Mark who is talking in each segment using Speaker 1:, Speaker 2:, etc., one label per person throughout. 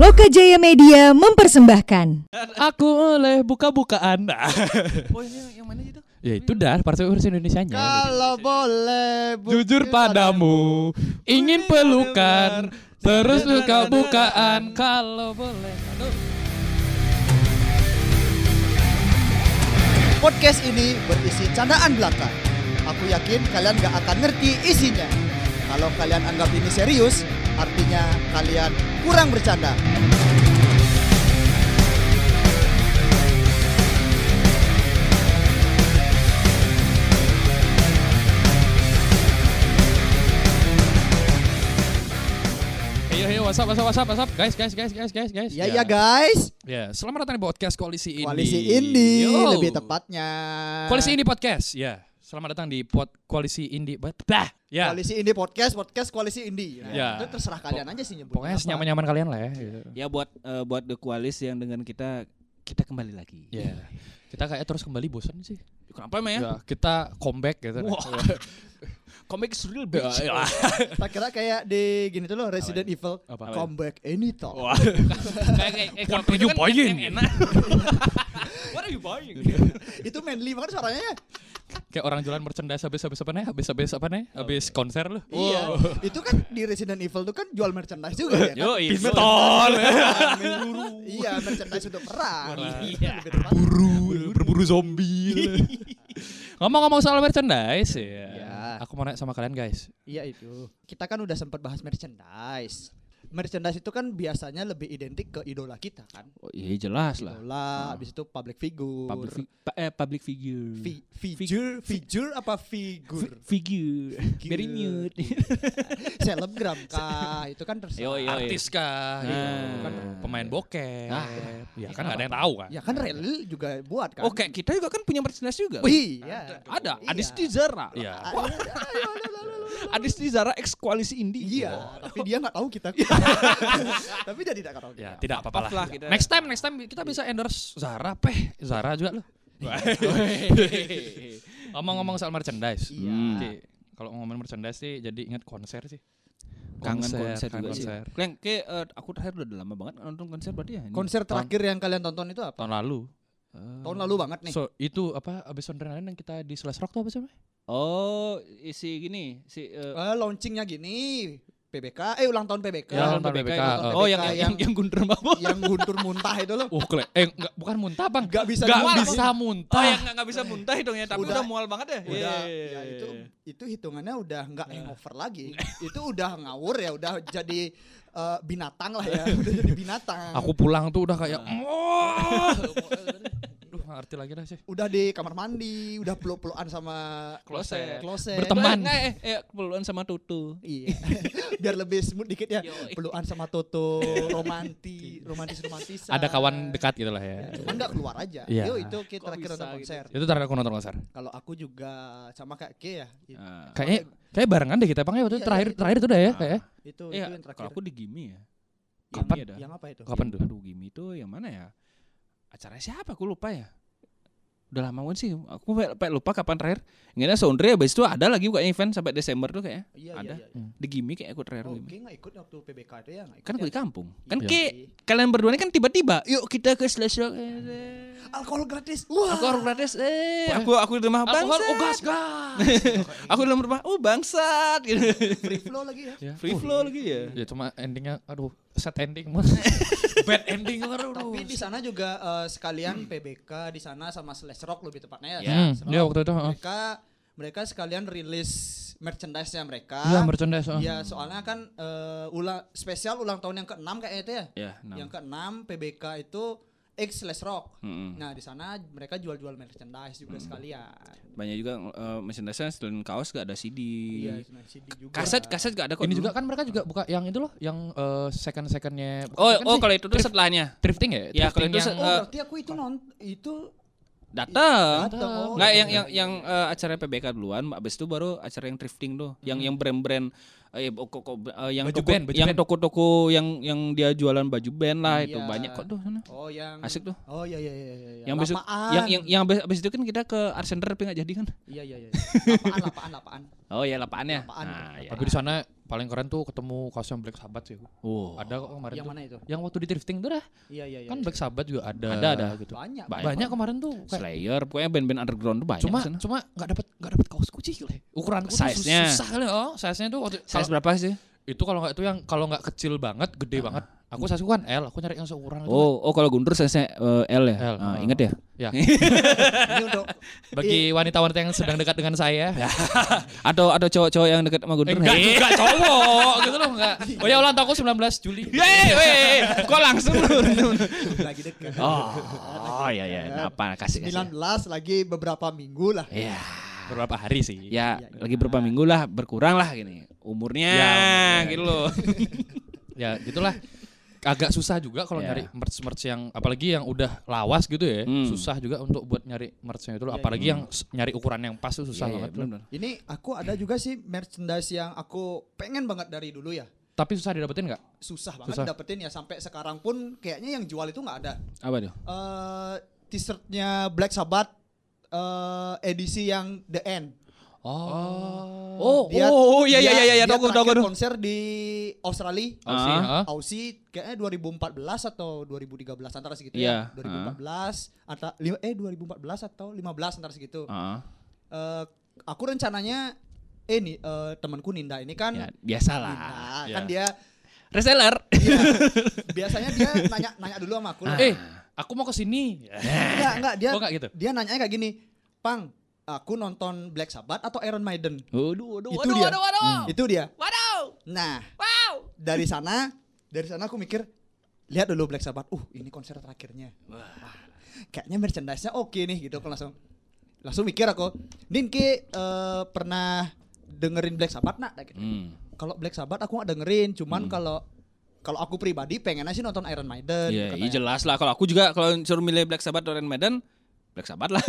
Speaker 1: Loka Jaya Media mempersembahkan.
Speaker 2: Aku oleh buka-bukaan. Nah,
Speaker 3: Oh ini yang mana gitu?
Speaker 2: ya itu dah partai versi Indonesianya.
Speaker 3: Kalau boleh
Speaker 2: Jujur
Speaker 3: ya,
Speaker 2: padamu, ingin pelukan, terus buka-bukaan kalau boleh. Aduh.
Speaker 3: Podcast ini berisi candaan belaka Aku yakin kalian gak akan ngerti isinya Kalau kalian anggap ini serius Artinya kalian kurang bercanda
Speaker 2: Ayo, ayo, WhatsApp, WhatsApp, WhatsApp, WhatsApp, guys, guys, guys, guys, guys, guys.
Speaker 3: Ya ya guys
Speaker 2: Ya, selamat datang di podcast Koalisi Indi.
Speaker 3: Koalisi ini
Speaker 2: Yo.
Speaker 3: lebih tepatnya
Speaker 2: Koalisi Indi Podcast. Ya, selamat datang di pod Koalisi Indi. Bah. Ya,
Speaker 3: Koalisi Indie Podcast Podcast Koalisi Indie Nah,
Speaker 2: Ya.
Speaker 3: Itu terserah kalian aja sih nyebutnya
Speaker 2: pokoknya
Speaker 3: apa.
Speaker 2: senyaman-nyaman kalian lah ya. gitu.
Speaker 4: Ya buat eh, buat The Koalis yang dengan kita kita kembali lagi.
Speaker 2: Ya, kita kayak terus kembali bosan sih.
Speaker 4: Kenapa emang ya?
Speaker 2: Ya, kita comeback gitu.
Speaker 4: Wah. Comeback is real bitch.
Speaker 2: Ya, ya.
Speaker 3: Tak kira kayak di gini tuh loh Resident Evil
Speaker 2: Apa? ya?
Speaker 3: Comeback anytime
Speaker 4: Wah.
Speaker 2: Eh,
Speaker 4: kayak kayak kayak
Speaker 2: What are
Speaker 4: kalau itu
Speaker 2: you
Speaker 4: kan
Speaker 2: buying?
Speaker 4: yang enak. What are you buying?
Speaker 3: Itu manly banget suaranya ya
Speaker 2: Kayak orang jualan merchandise habis habis apa nih? Habis habis apa nih? Habis konser lu.
Speaker 3: Iya, itu kan di Resident Evil tuh kan jual merchandise juga ya. Kan?
Speaker 4: Yo, iya.
Speaker 2: Pimenton.
Speaker 3: Iya, merchandise untuk perang.
Speaker 4: Iya.
Speaker 3: Lebih tepat.
Speaker 2: Berburu, berburu zombie. Ngomong-ngomong soal merchandise ya.
Speaker 4: Iya.
Speaker 3: Ya.
Speaker 2: Aku mau nanya sama kalian guys.
Speaker 3: Iya itu. Kita kan udah sempat bahas merchandise. Merchandise itu kan biasanya lebih identik ke idola kita kan.
Speaker 4: Oh, iya jelas lah. Ah.
Speaker 3: Idola, habis itu public figure.
Speaker 4: Public fi- pa- eh, public figure.
Speaker 3: Fi- figure, figure apa figur?
Speaker 4: Fi- figure. Very nude.
Speaker 3: Selebgram kah? Itu kan terserah.
Speaker 4: Yo, yo.
Speaker 2: Artis kah? gitu.
Speaker 4: Nah.
Speaker 2: Kan pemain bokeh.
Speaker 3: Nah.
Speaker 2: Ya kan nggak ada yang tahu kan.
Speaker 3: Ya kan rel juga buat kan.
Speaker 4: Oke, kita juga kan punya merchandise juga.
Speaker 3: Wih, iya.
Speaker 4: Ada,
Speaker 3: Iya. Oh,
Speaker 4: Adis Dizara.
Speaker 2: Iya.
Speaker 4: Adis Dizara ex koalisi Indi. Oh,
Speaker 3: Iya, tapi dia nggak tahu kita. tapi dia tidak tahu.
Speaker 2: Ya, tidak apa-apa lah.
Speaker 4: Maaf lah kita.
Speaker 2: Next time, next time kita bisa endorse Zara peh. Zara juga lu. Ngomong-ngomong soal merchandise. Hmm.
Speaker 3: Iya.
Speaker 2: Jadi, Kalau ngomongin merchandise sih jadi ingat konser sih.
Speaker 4: Kangen konser,
Speaker 2: kangen
Speaker 4: juga sih.
Speaker 2: konser.
Speaker 4: Kalian kayak eh, aku terakhir udah lama banget nonton konser berarti ya. ini.
Speaker 3: Konser terakhir yang kalian tonton itu apa?
Speaker 2: Tahun lalu.
Speaker 3: Eh, Tahun lalu banget nih. Nah.
Speaker 2: So itu apa abis lain yang kita di Slash Rock tuh apa sih? Mai?
Speaker 4: Oh, si gini, si eh,
Speaker 3: Eh, launchingnya gini, PBK, eh ulang tahun PBK.
Speaker 2: Ya,
Speaker 4: Jalan
Speaker 2: ulang tahun
Speaker 4: PBK,
Speaker 2: PBK,
Speaker 4: ulang tahun
Speaker 2: eh.
Speaker 4: Oh, yang
Speaker 3: PBK
Speaker 4: yang yang, yang guntur mabuk.
Speaker 3: yang guntur muntah itu loh.
Speaker 2: Oh, kele- eh enggak, bukan muntah, Bang.
Speaker 3: Gak bisa
Speaker 2: Nggak
Speaker 3: dimual.
Speaker 2: bisa
Speaker 4: Oh,
Speaker 2: muntah.
Speaker 4: yang nggak nggak bisa muntah hitungnya, tapi
Speaker 3: Udah.
Speaker 4: udah, mual banget ya.
Speaker 3: Udah,
Speaker 4: Iya, iya,
Speaker 3: ya
Speaker 4: iya,
Speaker 3: itu
Speaker 4: iya.
Speaker 3: itu hitungannya udah nggak
Speaker 2: Nah.
Speaker 3: hangover lagi. itu udah ngawur ya, udah jadi eh, binatang lah ya, udah jadi binatang.
Speaker 2: Aku pulang tuh udah kayak
Speaker 3: Nah.
Speaker 2: "Mwah." Duh, nggak ngerti lagi lah sih.
Speaker 3: udah di kamar mandi, udah peluk-pelukan sama
Speaker 4: Kloset.
Speaker 3: kloset.
Speaker 2: Berteman. Teman.
Speaker 4: Nggak, eh, eh, keperluan sama Tutu.
Speaker 3: Iya. Biar lebih smooth dikit ya.
Speaker 4: Yoi.
Speaker 3: Pelukan sama Toto, romanti, romantis romantis.
Speaker 2: Ada kawan dekat gitu lah ya.
Speaker 3: Cuman nggak keluar aja.
Speaker 2: Iya.
Speaker 3: Yo itu kita
Speaker 4: Kok
Speaker 3: terakhir
Speaker 4: bisa
Speaker 3: nonton
Speaker 4: gitu?
Speaker 3: konser.
Speaker 2: Itu terakhir aku nonton konser.
Speaker 3: Kalau aku juga sama kayak Ki ya.
Speaker 2: Ah.
Speaker 3: Itu
Speaker 4: Nah,
Speaker 2: Kayak kayak barengan deh kita Bang ya waktu itu
Speaker 3: Iya,
Speaker 2: terakhir
Speaker 3: iya, itu.
Speaker 2: terakhir itu udah ya kayak.
Speaker 3: itu,
Speaker 4: eh,
Speaker 3: itu yang terakhir.
Speaker 4: kalau aku di Gimi ya.
Speaker 2: Kapan? Ya,
Speaker 4: Yang,
Speaker 3: yang apa itu?
Speaker 2: Kapan tuh?
Speaker 4: Aduh, Gimi itu yang mana ya? Acaranya siapa? Aku lupa ya. Udah lama banget sih. Aku pe- pe- lupa kapan terakhir. Ingatnya Sondre abis itu ada lagi bukannya event sampai Desember tuh kayaknya.
Speaker 3: Iya,
Speaker 4: Ada.
Speaker 3: iya, iya.
Speaker 4: Di Gimi kayak aku terakhir.
Speaker 3: Oh,
Speaker 4: Gimi.
Speaker 3: Ki nggak ikut waktu PBK itu ya? nggak ikut
Speaker 4: Kan
Speaker 3: ya?
Speaker 4: aku di kampung. Kan
Speaker 3: Iya.
Speaker 4: ke kalian berdua ini kan tiba-tiba yuk kita ke slash rock
Speaker 3: Alkohol gratis. Wah.
Speaker 4: aku harus gratis eh aku aku di rumah
Speaker 2: Alkohol,
Speaker 4: bangsat
Speaker 2: oh gas gas.
Speaker 4: aku dalam rumah oh bangsat gitu
Speaker 3: Free flow lagi ya.
Speaker 2: ya.
Speaker 4: free flow lagi ya
Speaker 2: Ya cuma endingnya aduh set ending Mas. Bad ending aduh.
Speaker 3: Tapi di sana juga eh, sekalian PBK di sana sama Slash Rock lebih tepatnya ya.
Speaker 4: Ya,
Speaker 2: Hmm,
Speaker 3: Slash
Speaker 2: ya
Speaker 3: Rock.
Speaker 2: waktu itu heeh.
Speaker 3: mereka mereka sekalian rilis merchandise-nya mereka.
Speaker 2: Iya merchandise. heeh.
Speaker 3: Iya, soalnya kan eh, ulang spesial ulang tahun yang ke-6 kayaknya itu ya.
Speaker 4: ya
Speaker 3: Yang ke-6 PBK itu X slash rock.
Speaker 4: Mm-mm.
Speaker 3: Nah, di sana mereka jual-jual merchandise juga sekalian.
Speaker 4: banyak juga eh, merchandise selain kaos gak ada CD
Speaker 3: Iya, nah, CD juga.
Speaker 4: kaset kaset gak ada kok
Speaker 2: Ini
Speaker 4: dulu.
Speaker 2: juga kan mereka juga buka yang itu loh, yang eh, second secondnya.
Speaker 4: oh oh kalau itu tuh setelahnya
Speaker 2: thrifting ya?
Speaker 4: Ya,
Speaker 2: Thrifting
Speaker 4: kalau itu
Speaker 2: yang-
Speaker 4: se-
Speaker 3: Oh, berarti aku itu non itu
Speaker 2: Iya,
Speaker 4: datang
Speaker 3: datang, oh.
Speaker 4: nggak yang yang yang eh, acara PBK duluan abis itu baru acara yang thrifting tuh yang yang brand-brand eh, kok- kok- kok- eh,
Speaker 2: Hmm.
Speaker 4: yang
Speaker 2: Baju
Speaker 4: toko,
Speaker 2: band, baju
Speaker 4: yang
Speaker 2: band.
Speaker 4: toko-toko yang yang dia jualan baju band lah itu
Speaker 3: Iya.
Speaker 4: banyak kok tuh sana.
Speaker 3: Oh yang
Speaker 4: Asik tuh.
Speaker 3: Oh iya iya iya iya.
Speaker 4: Yang besok
Speaker 3: Lapaan.
Speaker 4: yang yang yang abis, abis itu kan kita ke Arsender tapi nggak jadi kan?
Speaker 3: Iya iya iya. Lapaan lapaan lapaan.
Speaker 4: Oh ya lapaannya.
Speaker 3: Lapaan.
Speaker 4: Nah, ya.
Speaker 2: Tapi di sana paling keren tuh ketemu kostum Black Sabbath sih.
Speaker 4: Wow.
Speaker 2: Ada kok kemarin
Speaker 3: Yang
Speaker 2: tuh.
Speaker 3: mana itu?
Speaker 2: Yang waktu di drifting tuh dah.
Speaker 3: Iya iya iya.
Speaker 2: Kan Black Sabbath juga ada.
Speaker 4: Ada, ada.
Speaker 2: gitu.
Speaker 3: banyak.
Speaker 4: Banyak.
Speaker 2: Banyak kemarin tuh. kayak-
Speaker 4: Slayer, pokoknya band-band underground tuh banyak.
Speaker 2: cuma
Speaker 4: sana.
Speaker 2: cuma nggak dapat nggak dapat kaos kucing kali. Ukuranku tuh sus-
Speaker 4: Size-nya.
Speaker 2: susah kali. Oh, size-nya tuh waktu
Speaker 4: size
Speaker 2: kalau-
Speaker 4: berapa sih?
Speaker 2: itu kalau nggak itu yang kalau nggak kecil banget, gede banget. Aku size aku kan L, aku nyari yang seukuran itu.
Speaker 4: Oh, oh kalau Guntur size L ya.
Speaker 2: L, ah.
Speaker 4: Ah, ingat ya?
Speaker 2: Ya,
Speaker 3: Ini untuk
Speaker 2: bagi wanita-wanita yang sedang dekat dengan saya.
Speaker 4: Atau atau cowok-cowok yang dekat sama
Speaker 2: Eh,
Speaker 4: Guntur?
Speaker 2: enggak
Speaker 4: Hei.
Speaker 2: juga cowok gitu loh enggak. Oh ya ulang tahunku 19 Juli.
Speaker 4: Yeay, wey,
Speaker 2: iya.
Speaker 4: kok langsung lu?
Speaker 3: lagi dekat.
Speaker 4: Oh, oh ya ya, Nah, apa kasih kasih.
Speaker 3: 19 lagi beberapa minggu lah.
Speaker 4: Ya,
Speaker 2: Beberapa hari sih.
Speaker 3: Iya,
Speaker 4: ya lagi berapa minggu lah, berkurang lah gini umurnya,
Speaker 2: Ya, umurnya.
Speaker 4: gitu loh.
Speaker 2: ya gitulah agak susah juga kalau
Speaker 4: Ya.
Speaker 2: nyari merch merch yang apalagi yang udah lawas gitu ya
Speaker 4: Hmm.
Speaker 2: susah juga untuk buat nyari merchnya itu loh.
Speaker 3: Ya,
Speaker 2: apalagi yang s- nyari ukuran yang pas tuh susah
Speaker 4: Iya, iya,
Speaker 2: banget
Speaker 4: bener-bener.
Speaker 3: Ini aku ada juga sih merchandise yang aku pengen banget dari dulu ya.
Speaker 2: tapi susah didapetin nggak
Speaker 3: Susah banget
Speaker 2: Susah.
Speaker 3: dapetin ya sampai sekarang pun kayaknya yang jual itu nggak ada.
Speaker 4: Apa tuh?
Speaker 3: Eh t-shirtnya Black Sabbath eh, edisi yang The End.
Speaker 2: oh
Speaker 4: Oh,
Speaker 3: Dia-
Speaker 4: oh, oh, iya iya
Speaker 3: dia-
Speaker 4: iya iya,
Speaker 3: dia
Speaker 4: tahu gua, tahu
Speaker 3: terakhir
Speaker 4: gua tuh.
Speaker 3: konser di Australia.
Speaker 2: Oh, sih,
Speaker 4: Ah.
Speaker 2: ah.
Speaker 3: Aussie kayaknya 2014 atau 2013 antara segitu ya.
Speaker 4: Iya,
Speaker 3: 2014 atau li- eh 2014 atau 15 antara segitu.
Speaker 4: Ah,
Speaker 3: Eh, aku rencananya eh nih eh, temanku Ninda ini kan
Speaker 4: ya, biasalah.
Speaker 3: Ninda
Speaker 4: iya.
Speaker 3: kan dia
Speaker 2: Nah.
Speaker 4: Reseller.
Speaker 3: iya, biasanya dia nanya nanya dulu sama aku. lah.
Speaker 2: eh aku mau ke sini
Speaker 3: enggak enggak dia
Speaker 2: oh enggak gitu
Speaker 3: dia nanyanya kayak gini, "Pang, aku nonton Black Sabbath atau Iron Maiden?"
Speaker 4: Waduh, waduh,
Speaker 3: Itu
Speaker 4: waduh,
Speaker 3: dia. Hmm,
Speaker 4: waduh, waduh.
Speaker 3: Itu dia.
Speaker 4: Waduh.
Speaker 3: Nah,
Speaker 4: Wow.
Speaker 3: dari sana dari sana aku mikir lihat dulu Black Sabbath uh ini konser terakhirnya Wah, kayaknya merchandise-nya oke nih gitu aku langsung langsung mikir aku Ninki eh, pernah dengerin Black Sabbath nak Gitu.
Speaker 4: Hmm.
Speaker 3: kalau Black Sabbath aku nggak dengerin cuman kalau kalau aku pribadi pengennya sih nonton Iron Maiden kan. gitu
Speaker 4: Iya,
Speaker 3: katanya.
Speaker 4: iya jelas lah. Kalau aku juga kalau suruh milih Black Sabbath atau Iron Maiden, Black Sabbath lah.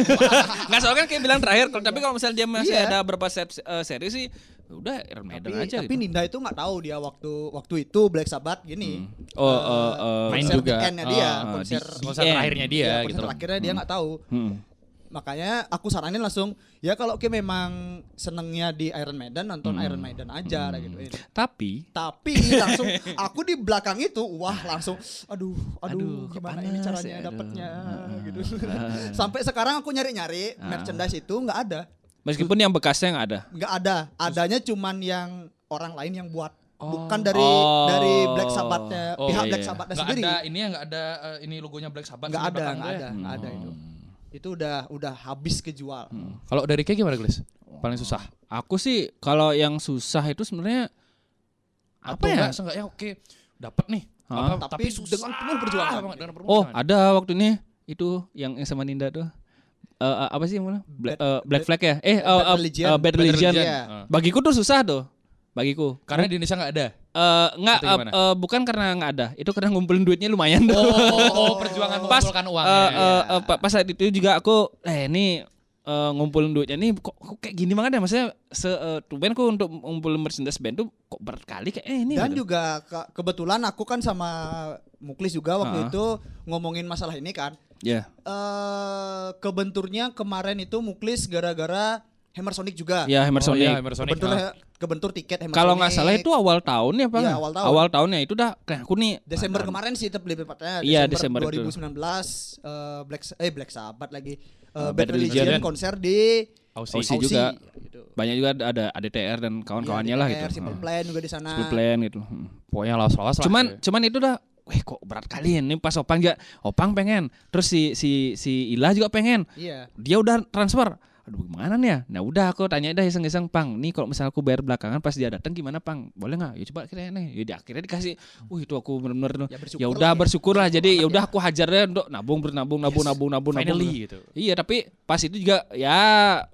Speaker 4: Enggak soalnya kan kayak bilang terakhir. Kalau tapi kalau misalnya dia masih
Speaker 3: Iya.
Speaker 4: ada berapa set eh, seri sih, udah Iron Maiden
Speaker 3: tapi,
Speaker 4: aja.
Speaker 3: tapi
Speaker 4: gitu.
Speaker 3: Ninda itu nggak tahu dia waktu waktu itu Black Sabbath gini
Speaker 4: Oh,
Speaker 3: eh,
Speaker 4: eh, eh,
Speaker 2: main
Speaker 3: konser
Speaker 2: juga.
Speaker 3: The End-nya dia
Speaker 4: Ah, ah,
Speaker 3: konser
Speaker 4: di-
Speaker 2: konser
Speaker 4: Di end.
Speaker 2: terakhirnya dia
Speaker 3: iya, konser
Speaker 2: gitu loh
Speaker 3: terakhirnya dia nggak tahu
Speaker 4: Hmm.
Speaker 3: Makanya aku saranin langsung ya kalau ke memang senengnya di Iron Maiden nonton
Speaker 4: Hmm.
Speaker 3: Iron Maiden aja kayak gitu.
Speaker 4: Tapi
Speaker 3: Tapi langsung aku di belakang itu wah langsung aduh aduh,
Speaker 4: Aduh,
Speaker 3: gimana
Speaker 4: kepanas
Speaker 3: ini
Speaker 4: ya,
Speaker 3: caranya
Speaker 4: aduh.
Speaker 3: dapatnya
Speaker 4: Heeh.
Speaker 3: gitu.
Speaker 4: Heeh.
Speaker 3: Sampai sekarang aku nyari-nyari merchandise itu nggak ada.
Speaker 4: meskipun yang bekasnya nggak ada.
Speaker 3: nggak ada. Adanya cuman yang orang lain yang buat. Bukan dari
Speaker 4: Oh.
Speaker 3: dari Black Sabbath-nya,
Speaker 4: Oh,
Speaker 3: pihak
Speaker 4: iya,
Speaker 3: Black
Speaker 4: iya.
Speaker 3: Sabbath-nya
Speaker 2: nggak
Speaker 3: sendiri.
Speaker 2: ada ini ya nggak ada eh, ini logonya Black Sabbath
Speaker 3: Nggak
Speaker 2: sini
Speaker 3: ada,
Speaker 2: belakang
Speaker 3: nggak
Speaker 2: tuh ya.
Speaker 3: ada, nggak ada itu.
Speaker 4: Hmm.
Speaker 3: Itu udah udah habis kejual.
Speaker 2: kalau dari kayak gimana Glis paling susah
Speaker 4: Aku sih kalau yang susah itu sebenarnya apa
Speaker 2: Atau
Speaker 4: ya?
Speaker 2: nggak, seenggaknya oke dapat nih
Speaker 4: Hah?
Speaker 2: Apa-
Speaker 3: Tapi dengan penuh perjuangan.
Speaker 2: banget, dengan penuh
Speaker 4: Oh,
Speaker 2: perjuangan.
Speaker 4: ada waktu ini itu yang yang sama Ninda tuh. Eh, eh, apa sih namanya? Bla-
Speaker 3: Bad-
Speaker 4: eh, Black Flag ya? Eh, eh,
Speaker 3: Bad
Speaker 4: eh,
Speaker 3: Religion.
Speaker 4: eh, Bad
Speaker 3: Bad
Speaker 4: Religion.
Speaker 3: Religion.
Speaker 2: Iya.
Speaker 4: Bagiku tuh susah tuh. Bagiku.
Speaker 2: karena di Indonesia nggak ada
Speaker 4: Eh enggak
Speaker 2: Atau
Speaker 4: eh,
Speaker 2: gimana?
Speaker 4: eh, bukan karena nggak ada. Itu karena ngumpulin duitnya lumayan tuh.
Speaker 2: oh, perjuangan
Speaker 4: Pas,
Speaker 2: mengumpulkan
Speaker 4: Eh,
Speaker 2: uang ya,
Speaker 4: eh, eh, pa- pas saat itu juga aku eh ini eh, ngumpulin duitnya nih kok, kok kayak gini banget ya maksudnya se eh, tumben aku untuk ngumpulin merchandise band tuh kok berkali kayak eh ini
Speaker 3: Dan
Speaker 4: gitu.
Speaker 3: juga ke- kebetulan aku kan sama Muklis juga waktu
Speaker 4: Ah.
Speaker 3: itu ngomongin masalah ini kan.
Speaker 4: Ya.
Speaker 3: eh kebenturnya kemarin itu Muklis gara-gara Hammer Sonic juga.
Speaker 2: Oh,
Speaker 4: Ya Emerson
Speaker 2: iya,
Speaker 4: Lake.
Speaker 2: Emerson Lake,
Speaker 3: Kebentur
Speaker 2: ah.
Speaker 3: kebentur tiket Hammer
Speaker 4: Kalau
Speaker 3: Sonic.
Speaker 4: nggak salah itu awal tahun ya Pak.
Speaker 3: Iya, awal tahun.
Speaker 4: tahunnya itu dah kayak aku nih.
Speaker 3: Desember
Speaker 4: ah,
Speaker 3: kemarin sih tetap lebih tepatnya
Speaker 4: Iya, Desember itu.
Speaker 3: 2019 eh, Black Sa- eh Black Sabbath lagi eh,
Speaker 4: Eh, Bad
Speaker 3: Bad Religion
Speaker 4: Religion.
Speaker 3: konser di
Speaker 2: Aussie.
Speaker 4: Aussie juga.
Speaker 3: gitu.
Speaker 4: Banyak juga ada, ada ADTR dan kawan-kawannya
Speaker 3: Iya,
Speaker 4: lah
Speaker 3: DTR,
Speaker 4: gitu.
Speaker 3: Simple
Speaker 4: Ah,
Speaker 3: Plan juga di sana.
Speaker 4: Simple plan gitu. Hmm.
Speaker 2: pokoknya lawas-lawas lah
Speaker 4: Cuman cuman itu dah Weh kok berat kali ini pas Opang juga Opang pengen terus si si si Ila juga pengen
Speaker 3: Iya.
Speaker 4: dia udah transfer aduh gimana nih ya nah udah aku tanya dah iseng-iseng pang nih kalau misalnya aku bayar belakangan pas dia datang gimana pang boleh nggak ya coba kira nih ya di akhirnya dikasih wah itu aku benar-benar
Speaker 3: Ya, bersyukur
Speaker 4: ya udah
Speaker 3: lah ya.
Speaker 4: bersyukur lah jadi
Speaker 3: banget
Speaker 4: ya udah aku hajar deh untuk nabung bernabung nabung nabung nabung nabung
Speaker 2: finally gitu
Speaker 4: iya tapi pas itu juga ya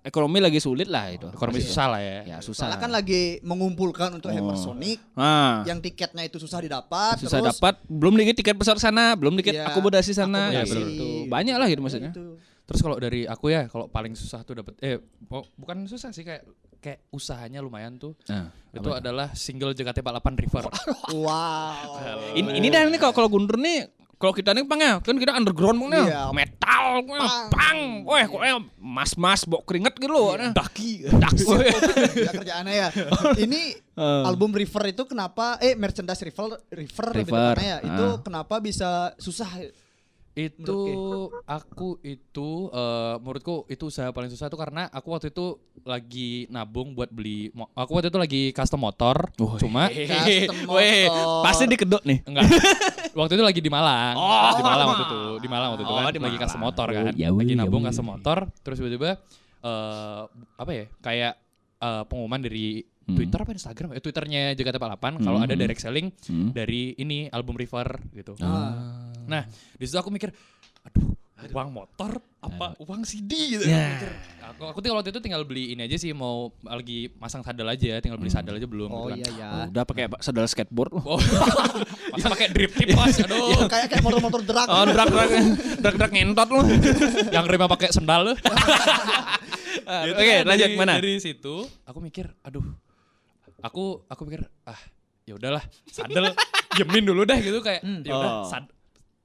Speaker 4: ekonomi lagi sulit lah itu
Speaker 2: ekonomi
Speaker 4: Pasti.
Speaker 2: susah lah ya
Speaker 4: ya susah Oh.
Speaker 3: Soalnya kan lagi mengumpulkan untuk Hammer Sonic
Speaker 4: nah
Speaker 3: yang tiketnya itu susah didapat
Speaker 4: susah
Speaker 3: terus
Speaker 4: dapat belum dikit tiket pesawat sana belum dikit
Speaker 3: Iya,
Speaker 4: akomodasi sana
Speaker 2: akomodasi.
Speaker 4: gitu. banyak lah gitu maksudnya
Speaker 3: itu.
Speaker 2: terus kalau dari aku ya kalau paling susah tuh dapat eh po- bukan susah sih kayak kayak usahanya lumayan tuh.
Speaker 4: Nah,
Speaker 2: itu adalah single JKT48 River.
Speaker 3: Wow.
Speaker 4: ini ini dah nih kalau kalau Guntur nih kalau kita nih pang ya, kan kita underground pang nih,
Speaker 3: Iya.
Speaker 4: metal, pang, pang. weh kok eh, mas-mas bok keringet gitu loh,
Speaker 3: Iya.
Speaker 4: nah.
Speaker 2: Daki.
Speaker 4: Daks.
Speaker 3: ya kerjaannya ya. Ini
Speaker 4: Oh.
Speaker 3: album River itu kenapa eh merchandise River River, lebih
Speaker 4: River,
Speaker 3: tepatnya ya. Itu
Speaker 4: ah.
Speaker 3: kenapa bisa susah
Speaker 2: itu aku itu eh, menurutku itu usaha paling susah tuh karena aku waktu itu lagi nabung buat beli mo- aku waktu itu lagi custom motor cuma
Speaker 3: Custom
Speaker 4: Weh,
Speaker 3: motor.
Speaker 4: pasti dikedot nih.
Speaker 2: enggak waktu itu lagi di Malang di Malang waktu itu di Malang waktu itu
Speaker 4: Oh,
Speaker 2: kan lagi
Speaker 4: di Malang.
Speaker 2: custom motor kan lagi
Speaker 4: Ya wih, ya
Speaker 2: nabung
Speaker 4: wih.
Speaker 2: custom motor terus tiba-tiba eh apa ya kayak eh, pengumuman dari
Speaker 4: Hmm.
Speaker 2: Twitter apa Instagram ya Twitternya Jakarta 48 kalau
Speaker 4: Hmm,
Speaker 2: ada
Speaker 4: hmm.
Speaker 2: direct selling
Speaker 4: Hmm.
Speaker 2: dari ini album River gitu
Speaker 3: Ah.
Speaker 2: Nah, di situ aku mikir, aduh, uang motor apa uang CD gitu.
Speaker 4: Ya.
Speaker 2: Mikir, Aku, aku tuh waktu itu tinggal beli ini aja sih, mau lagi masang sadel aja, tinggal beli sadel aja belum.
Speaker 3: Oh
Speaker 2: gitu kan.
Speaker 3: iya ya.
Speaker 4: Ah, Udah pakai sadel skateboard loh.
Speaker 2: Oh, masa pakai drip tip mas, aduh.
Speaker 3: Oh, Kayak kayak motor-motor drag. Iya,
Speaker 4: Oh, drak-drak drak-drak ngentot loh.
Speaker 2: Yang rema pakai sendal lu.
Speaker 4: ah, Oke,
Speaker 2: Gitu kan,
Speaker 4: lanjut
Speaker 2: dari-
Speaker 4: mana?
Speaker 2: Dari situ aku mikir, aduh. Aku aku mikir, ah, ya udahlah, sadel jamin dulu deh gitu kayak
Speaker 3: Hmm.
Speaker 2: ya udah
Speaker 4: Oh.
Speaker 2: sad-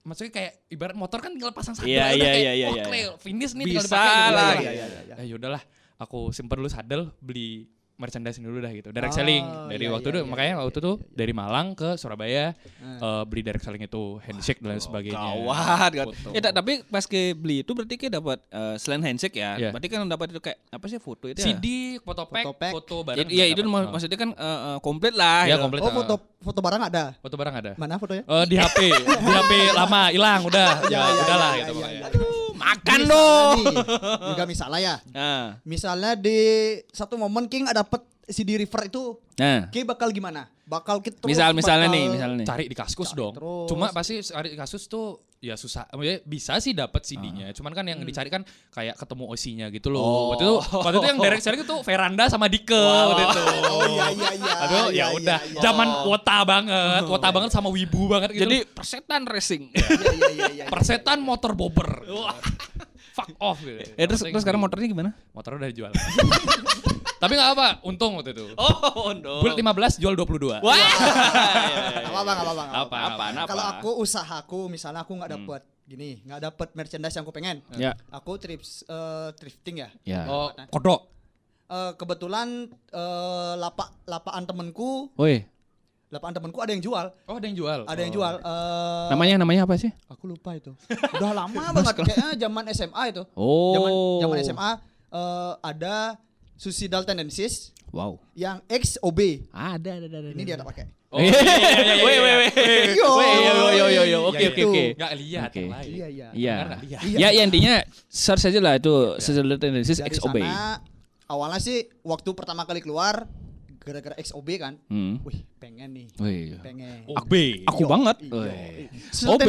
Speaker 2: Maksudnya kayak ibarat motor kan tinggal pasang sadel
Speaker 4: Iya,
Speaker 2: udah
Speaker 4: iya,
Speaker 2: kayak,
Speaker 4: iya, iya,
Speaker 2: wah,
Speaker 4: iya.
Speaker 2: clear, finish nih tinggal
Speaker 4: Bisa
Speaker 2: dipakai gitu.
Speaker 4: lah.
Speaker 2: Iya,
Speaker 3: Iya,
Speaker 2: iya,
Speaker 3: iya,
Speaker 2: iya.
Speaker 3: iya.
Speaker 2: Ya udahlah, aku simpen dulu sadel beli merchandise dulu dah gitu. Direct
Speaker 3: Oh,
Speaker 2: selling dari
Speaker 3: iya,
Speaker 2: waktu
Speaker 3: iya,
Speaker 2: itu
Speaker 3: iya,
Speaker 2: makanya
Speaker 3: iya,
Speaker 2: waktu
Speaker 3: iya,
Speaker 2: itu
Speaker 3: iya, Hmm.
Speaker 2: dari Malang ke Surabaya eh, beli direct selling itu handshake dan sebagainya.
Speaker 4: Gawat,
Speaker 3: kan.
Speaker 4: gawat.
Speaker 2: Foto.
Speaker 4: Ya, tak- tapi pas ke beli itu berarti kita dapat eh, selain handshake ya.
Speaker 2: Iya.
Speaker 4: Berarti kan dapat itu kayak apa sih foto itu ya?
Speaker 2: CD, foto pack,
Speaker 3: Foto pack.
Speaker 2: foto
Speaker 4: Ya,
Speaker 2: barang.
Speaker 4: iya, itu mak- maksudnya kan eh, eh, komplit lah.
Speaker 2: Ya
Speaker 4: gitu.
Speaker 2: komplit.
Speaker 3: Oh
Speaker 2: eh,
Speaker 3: foto foto barang ada.
Speaker 2: Oh, Foto barang ada?
Speaker 3: Mana fotonya?
Speaker 2: Eh, di HP, di HP lama hilang udah, ya, udahlah
Speaker 3: ya,
Speaker 2: gitu
Speaker 3: ya,
Speaker 2: pokoknya.
Speaker 3: ya.
Speaker 4: Aduh, makan
Speaker 3: Misalnya
Speaker 4: Kan, dong.
Speaker 3: nih, Juga misalnya ya.
Speaker 4: Nah,
Speaker 3: Misalnya di satu momen King ada dapet CD River itu
Speaker 4: nah.
Speaker 3: King bakal gimana? Bakal kita terus
Speaker 4: Misal misalnya
Speaker 3: bakal-
Speaker 4: nih, misalnya nih.
Speaker 2: Cari di kaskus
Speaker 3: Cari
Speaker 2: dong.
Speaker 3: terus.
Speaker 2: Cuma pasti cari di kaskus tuh ya susah. Maksudnya Bisa sih dapat CD-nya.
Speaker 3: Ah.
Speaker 2: Cuman kan yang
Speaker 3: Hmm.
Speaker 2: dicari kan kayak ketemu OC-nya gitu loh.
Speaker 4: Oh.
Speaker 2: Waktu itu waktu itu yang direct selling itu Veranda sama Dike waktu itu.
Speaker 3: Oh iya iya iya.
Speaker 2: Aduh,
Speaker 3: iya,
Speaker 2: ya udah.
Speaker 3: iya, iya.
Speaker 2: Zaman wota banget, wota banget sama wibu banget gitu.
Speaker 4: Jadi persetan racing.
Speaker 3: Iya iya iya iya.
Speaker 2: persetan motor bober. Wah. Fuck off gitu.
Speaker 4: Eh terus,
Speaker 2: Maksudnya
Speaker 4: terus sekarang motornya gimana?
Speaker 2: motor udah dijual. Tapi nggak apa, untung waktu itu.
Speaker 4: Oh, no.
Speaker 2: Build 15 jual 22.
Speaker 3: Gak
Speaker 4: Wah.
Speaker 3: apa-apa, gak apa-apa. gak
Speaker 2: Apa, apa, Hmm.
Speaker 3: apa-apa. Kalau aku usahaku misalnya aku nggak dapet gini, nggak dapet merchandise yang aku pengen.
Speaker 4: Ya.
Speaker 3: Aku trips eh, thrifting ya.
Speaker 4: Ya.
Speaker 2: Oh, kodok.
Speaker 3: Eh, kebetulan eh, lapak lapaan temenku,
Speaker 4: Woi,
Speaker 3: lapaan temenku ada yang jual,
Speaker 2: Oh, ada yang jual.
Speaker 3: ada yang jual. Eh,
Speaker 4: namanya namanya apa sih?
Speaker 3: Aku lupa itu. Udah lama banget kayaknya zaman SMA itu.
Speaker 4: Oh.
Speaker 3: Zaman zaman SMA eh, ada suicidal tendencies
Speaker 4: Wow.
Speaker 3: yang XOB.
Speaker 4: Ada ada ada. ada.
Speaker 3: Ini dia ada pakai.
Speaker 2: Oh, iya, iya, iya, iya,
Speaker 4: Weh,
Speaker 2: iya.
Speaker 4: weh, weh.
Speaker 3: Yo.
Speaker 4: Weh, yo, yo, yo, yo,
Speaker 2: Iya,
Speaker 4: yo. Oke,
Speaker 3: Ya,
Speaker 2: iya.
Speaker 4: oke, oke.
Speaker 2: Nggak lihat
Speaker 4: Oke.
Speaker 2: yang lain.
Speaker 3: Iya iya.
Speaker 4: Iya.
Speaker 2: Karena dia.
Speaker 4: Ya, ya intinya search aja lah itu Secular Tendencies
Speaker 3: Dari
Speaker 4: XOB.
Speaker 3: sana awalnya sih waktu pertama kali keluar gara-gara XOB kan.
Speaker 4: Hmm.
Speaker 3: Wih, pengen nih.
Speaker 4: Wih.
Speaker 3: Pengen.
Speaker 2: Oh, B.
Speaker 4: Aku banget. Weh.
Speaker 3: Iya.
Speaker 4: OB.
Speaker 3: OB.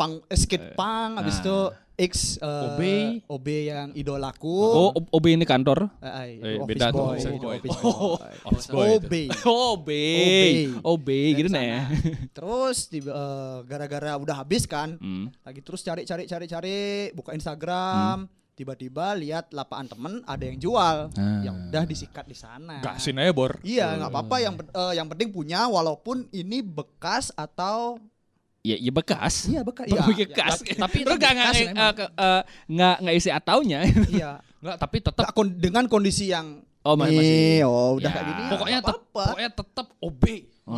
Speaker 3: Pang, eh, skate punk,
Speaker 2: Ah.
Speaker 3: abis itu X eh,
Speaker 2: OB.
Speaker 3: OB yang idolaku.
Speaker 4: Oh, O- OB ini kantor.
Speaker 3: Eh,
Speaker 2: Eh,
Speaker 3: itu
Speaker 2: beda
Speaker 3: office
Speaker 2: tuh,
Speaker 3: boy,
Speaker 2: office
Speaker 3: itu
Speaker 2: boy.
Speaker 3: office
Speaker 2: Oh,
Speaker 3: boy.
Speaker 2: office boy itu.
Speaker 3: OB.
Speaker 4: OB. OB
Speaker 3: Dari
Speaker 4: gitu
Speaker 3: sana.
Speaker 4: nih.
Speaker 3: Terus tiba- eh, gara-gara udah habis kan,
Speaker 4: Hmm.
Speaker 3: lagi terus cari cari cari cari buka Instagram,
Speaker 4: Hmm.
Speaker 3: tiba-tiba lihat lapaan temen ada yang jual,
Speaker 4: Ah.
Speaker 3: yang udah disikat di sana.
Speaker 2: Gasin aja bor.
Speaker 3: Iya nggak apa-apa yang pen- eh, yang penting punya walaupun ini bekas atau
Speaker 4: Ya, ya bekas.
Speaker 3: iya bekas iya
Speaker 4: bekas. kan? Eh,
Speaker 3: iya.
Speaker 4: Tapi
Speaker 3: itu
Speaker 4: lu enggak
Speaker 3: bekas memang.
Speaker 2: eh,
Speaker 4: enggak enggak isi ataunya.
Speaker 3: iya
Speaker 2: Enggak, tapi tetap
Speaker 3: Nggak, kon- dengan kondisi yang
Speaker 4: Oh, ma-
Speaker 3: nih,
Speaker 4: masih.
Speaker 3: oh udah
Speaker 4: Ya.
Speaker 3: kayak gini ya,
Speaker 2: pokoknya
Speaker 3: nggak
Speaker 2: tetap
Speaker 3: apa-apa.
Speaker 2: pokoknya tetap OB.